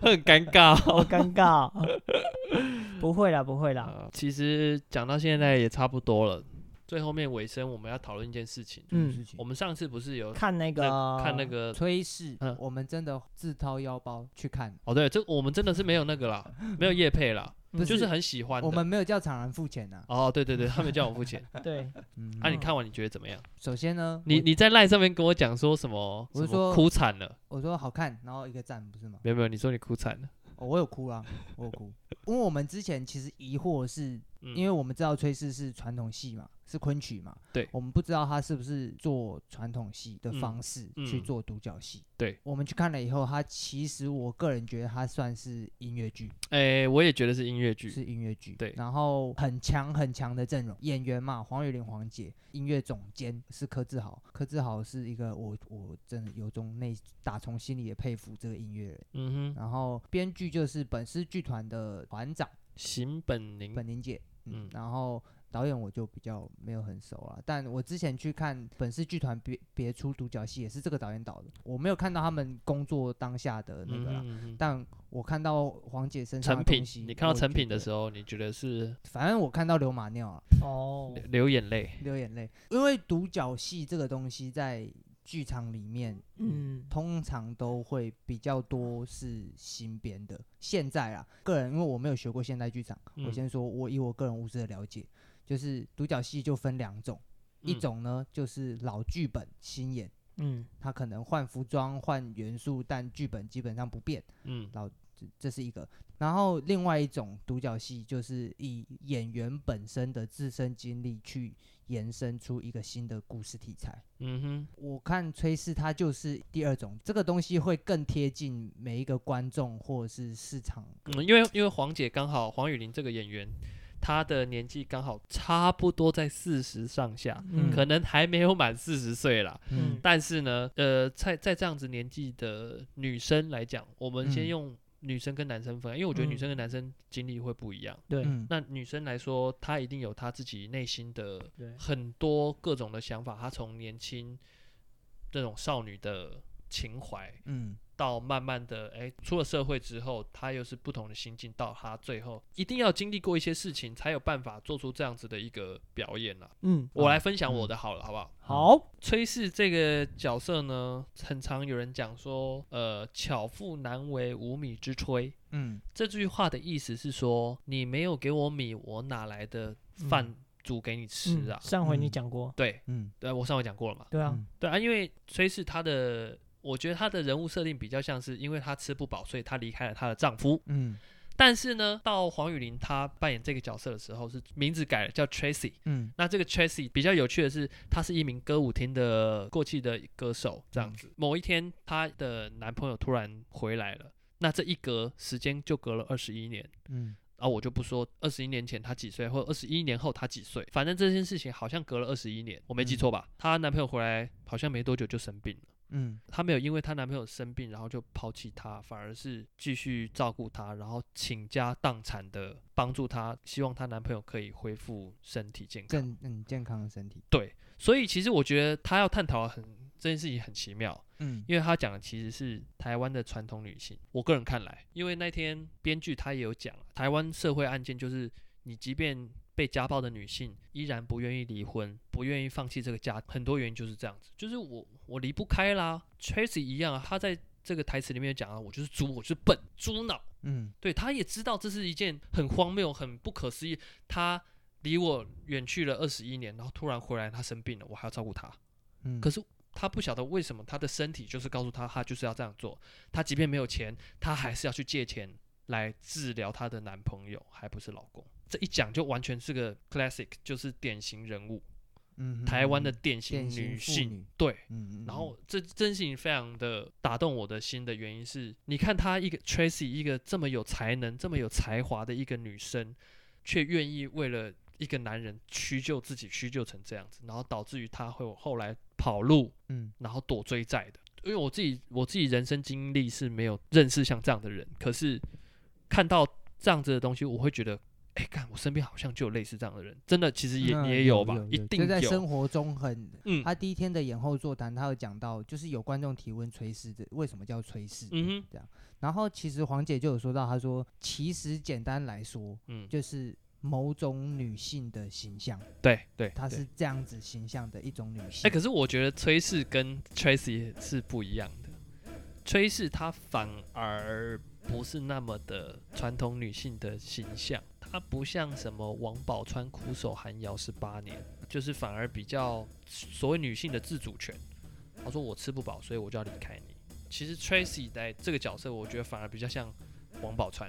Speaker 1: 会很尴尬哦、
Speaker 3: 好尴尬哦、 不会啦，不会啦。
Speaker 1: 呃其实讲到现在也差不多了，最后面尾声我们要讨论一件事情。
Speaker 2: 什么
Speaker 3: 嗯
Speaker 2: 事情
Speaker 1: 我们上次不是有
Speaker 3: 看那个
Speaker 1: 那看那个
Speaker 2: 崔氏
Speaker 1: 嗯，
Speaker 2: 我们真的自掏腰包去看，
Speaker 1: 哦，对，这我们真的是没有那个啦，没有叶配啦，
Speaker 2: 不是
Speaker 1: 就是很喜欢的。
Speaker 2: 我们没有叫厂人付钱呐。
Speaker 1: 哦，对对对，他们叫我 付钱。 啊
Speaker 3: 对，
Speaker 2: 嗯
Speaker 1: 那、你看完你觉得怎么样？
Speaker 2: 首先呢，
Speaker 1: 你你在赖上面跟我讲说什么？
Speaker 2: 我是
Speaker 1: 什么
Speaker 2: 说
Speaker 1: 哭惨了，
Speaker 2: 我我说好看，然后一个赞不是吗？
Speaker 1: 没有没有，你说你哭惨了，
Speaker 2: 哦我有哭啊，我有哭，因为我们之前其实疑惑是
Speaker 1: 嗯
Speaker 2: 因为我们知道崔氏是传统戏嘛，是昆曲嘛，
Speaker 1: 对
Speaker 2: 我们不知道他是不是做传统戏的方式
Speaker 1: 嗯
Speaker 2: 去
Speaker 1: 嗯
Speaker 2: 做独角戏。
Speaker 1: 对，
Speaker 2: 我们去看了以后，他其实我个人觉得他算是音乐剧，
Speaker 1: 哎、我也觉得是音乐剧，
Speaker 2: 是音乐剧。
Speaker 1: 对
Speaker 2: 然后很强很强的阵容，演员嘛，黄雨玲、黄姐，音乐总监是柯志豪，柯志豪是一个我我真的由衷内打从心里也佩服这个音乐人。
Speaker 1: 嗯哼，
Speaker 2: 然后编剧就是本师剧团的团长。
Speaker 1: 邢本宁，
Speaker 2: 本宁姐，嗯，
Speaker 1: 嗯
Speaker 2: 然后导演我就比较没有很熟啊，但我之前去看本市剧团别别出独角戏也是这个导演导的，我没有看到他们工作当下的那
Speaker 1: 嗯
Speaker 2: 个啦，
Speaker 1: 哼嗯哼
Speaker 2: 但我看到黄姐身上
Speaker 1: 成
Speaker 2: 的
Speaker 1: 品
Speaker 2: 东西，，
Speaker 1: 你看到
Speaker 2: 我
Speaker 1: 成
Speaker 2: 觉
Speaker 1: 品的
Speaker 2: 得
Speaker 1: 时候，你觉得是
Speaker 2: 反正我看到流马尿了，啊
Speaker 3: 哦
Speaker 1: 流，流眼泪？
Speaker 2: 流眼泪，因为独角戏这个东西在剧场里面，嗯，
Speaker 3: 嗯，
Speaker 2: 通常都会比较多是新编的。现在啊，个人因为我没有学过现代剧场，我
Speaker 1: 嗯
Speaker 2: 先说，我以我个人无知的了解，就是独角戏就分两种，一
Speaker 1: 嗯
Speaker 2: 种呢就是老剧本新演，
Speaker 3: 嗯
Speaker 2: 它可能换服装、换元素，但剧本基本上不变。
Speaker 1: 嗯
Speaker 2: 这这是一个。然后另外一种独角戏就是以演员本身的自身经历去延伸出一个新的故事题材。
Speaker 1: 嗯哼
Speaker 2: 我看崔氏他就是第二种，这个东西会更贴近每一个观众或者是市场。
Speaker 1: 嗯，因为因为黄姐刚好黄雨玲这个演员，她的年纪刚好差不多在四十上下，
Speaker 3: 嗯
Speaker 1: 啊可能还没有满四十岁啦。
Speaker 3: 嗯
Speaker 1: 但是呢，呃，在在这样子年纪的女生来讲，我们先
Speaker 2: 嗯
Speaker 1: 用女生跟男生分开，因为我觉得女
Speaker 3: 嗯
Speaker 1: 生跟男生经历会不一样。
Speaker 3: 对
Speaker 2: 嗯
Speaker 1: 那女生来说，她一定有她自己内心的
Speaker 3: 对，
Speaker 1: 很多各种的想法，她从年轻这种少女的情怀，
Speaker 2: 嗯
Speaker 1: 到慢慢的，哎，出了社会之后，她又是不同的心境，到她最后一定要经历过一些事情，才有办法做出这样子的一个表演啦、
Speaker 3: 嗯，
Speaker 1: 我
Speaker 2: 哦
Speaker 1: 来分享
Speaker 2: 嗯
Speaker 1: 我的好了，好不好？
Speaker 3: 好，
Speaker 1: 崔氏这个角色呢，很常有人讲说，呃，巧妇难为无米之炊。
Speaker 2: 嗯
Speaker 1: 这句话的意思是说，你没有给我米，我哪来的饭煮给你吃啊
Speaker 3: 嗯？上回你
Speaker 2: 嗯
Speaker 3: 讲过，
Speaker 1: 对，
Speaker 2: 嗯，
Speaker 1: 对，我上回讲过了嘛。
Speaker 3: 对啊，
Speaker 2: 嗯
Speaker 1: 对啊，因为崔氏她的，我觉得她的人物设定比较像是，因为她吃不饱，所以她离开了她的丈夫。
Speaker 2: 嗯
Speaker 1: 但是呢，到黄雨玲她扮演这个角色的时候，是名字改了，叫 Tracy。
Speaker 2: 嗯
Speaker 1: 那这个 Tracy 比较有趣的是，她是一名歌舞厅的过气的歌手，这样子。某一天，她的男朋友突然回来了，那这一隔时间就隔了二十一年。
Speaker 2: 嗯
Speaker 1: 啊，我就不说二十一年前她几岁，或二十一年后她几岁，反正这件事情好像隔了二十一年，我没记错吧？她男朋友回来好像没多久就生病了，
Speaker 2: 嗯
Speaker 1: 她没有因为她男朋友生病然后就抛弃她，反而是继续照顾她，然后倾家荡产的帮助她，希望她男朋友可以恢复身体健康。
Speaker 2: 更嗯健康的身体。
Speaker 1: 对，所以其实我觉得她要探讨的很这件事情很奇妙，
Speaker 2: 嗯
Speaker 1: 因为他讲的其实是台湾的传统女性。我个人看来，因为那天编剧他也有讲，啊台湾社会案件就是你即便被家暴的女性，依然不愿意离婚，不愿意放弃这个家，很多原因就是这样子。就是我我离不开啦，Tracy 一样、啊，他在这个台词里面讲啊，我就是猪，我就是笨，猪脑。
Speaker 2: 嗯
Speaker 1: 对，他也知道这是一件很荒谬、很不可思议。他离我远去了二十一年，然后突然回来，他生病了，我还要照顾他。
Speaker 2: 嗯，
Speaker 1: 可是他不晓得为什么他的身体就是告诉他，他就是要这样做。他即便没有钱，他还是要去借钱来治疗她的男朋友，还不是老公。这一讲就完全是个 classic，就是典型人物，
Speaker 2: 嗯
Speaker 1: 台湾
Speaker 2: 嗯
Speaker 1: 的
Speaker 2: 嗯
Speaker 1: 典型
Speaker 2: 典型
Speaker 1: 女
Speaker 2: 妇
Speaker 1: 性。
Speaker 2: 女
Speaker 1: 对，
Speaker 2: 嗯，嗯
Speaker 1: 然后这这件事情非常的打动我的心的原因是，你看她一个 Tracy 一个这么有才能、这么有才华的一个女生，却愿意为了一个男人屈就自己，屈就成这样子，然后导致于她会后来跑路，
Speaker 2: 嗯
Speaker 1: 然后躲追债的。因为我自己我自己人生经历是没有认识像这样的人，可是看到这样子的东西，我会觉得，哎，看我身边好像就有类似这样的人，真的其实也、
Speaker 2: 嗯
Speaker 1: 也
Speaker 2: 有
Speaker 1: 吧，一定
Speaker 2: 就在
Speaker 1: 有。
Speaker 2: 生活中很
Speaker 1: 嗯
Speaker 2: 他第一天的演后座谈，他有讲到，就是有观众提问崔氏的为什么叫崔氏，
Speaker 1: 嗯哼，
Speaker 2: 然后其实黄姐就有说到，她说其实简单来说
Speaker 1: 嗯，
Speaker 2: 就是某种女性的形象，
Speaker 1: 对对，
Speaker 2: 她
Speaker 1: 对
Speaker 2: 是这样子形象的一种女性。
Speaker 1: 哎、可是我觉得崔氏跟 Tracy 是不一样的。崔氏她反而不是那么的传统女性的形象，她不像什么王宝钏苦守寒窑十八年，就是反而比较所谓女性的自主权。她说我吃不饱，所以我就要离开你。其实 Tracy 在这个角色，我觉得反而比较像王宝钏。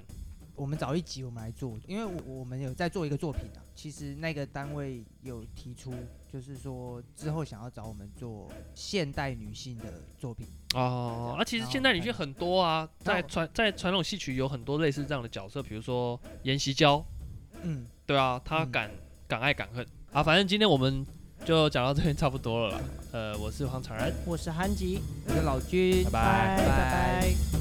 Speaker 2: 我们找一集我们来做，因为我我们有在做一个作品啊。其实那个单位有提出，就是说之后想要找我们做现代女性的作品。
Speaker 1: 哦，啊，其实
Speaker 2: 然后
Speaker 1: 现在女性很多啊，
Speaker 2: 那
Speaker 1: 在
Speaker 2: 我
Speaker 1: 传在传统戏曲有很多类似这样的角色，比如说阎锡娇，
Speaker 2: 嗯，
Speaker 1: 对啊，他
Speaker 2: 嗯
Speaker 1: 敢、敢爱敢恨啊。反正今天我们就讲到这边差不多了啦。呃，我是黄长然。
Speaker 3: 我是韩吉，
Speaker 2: 我的老君，
Speaker 1: 拜拜
Speaker 3: 拜拜。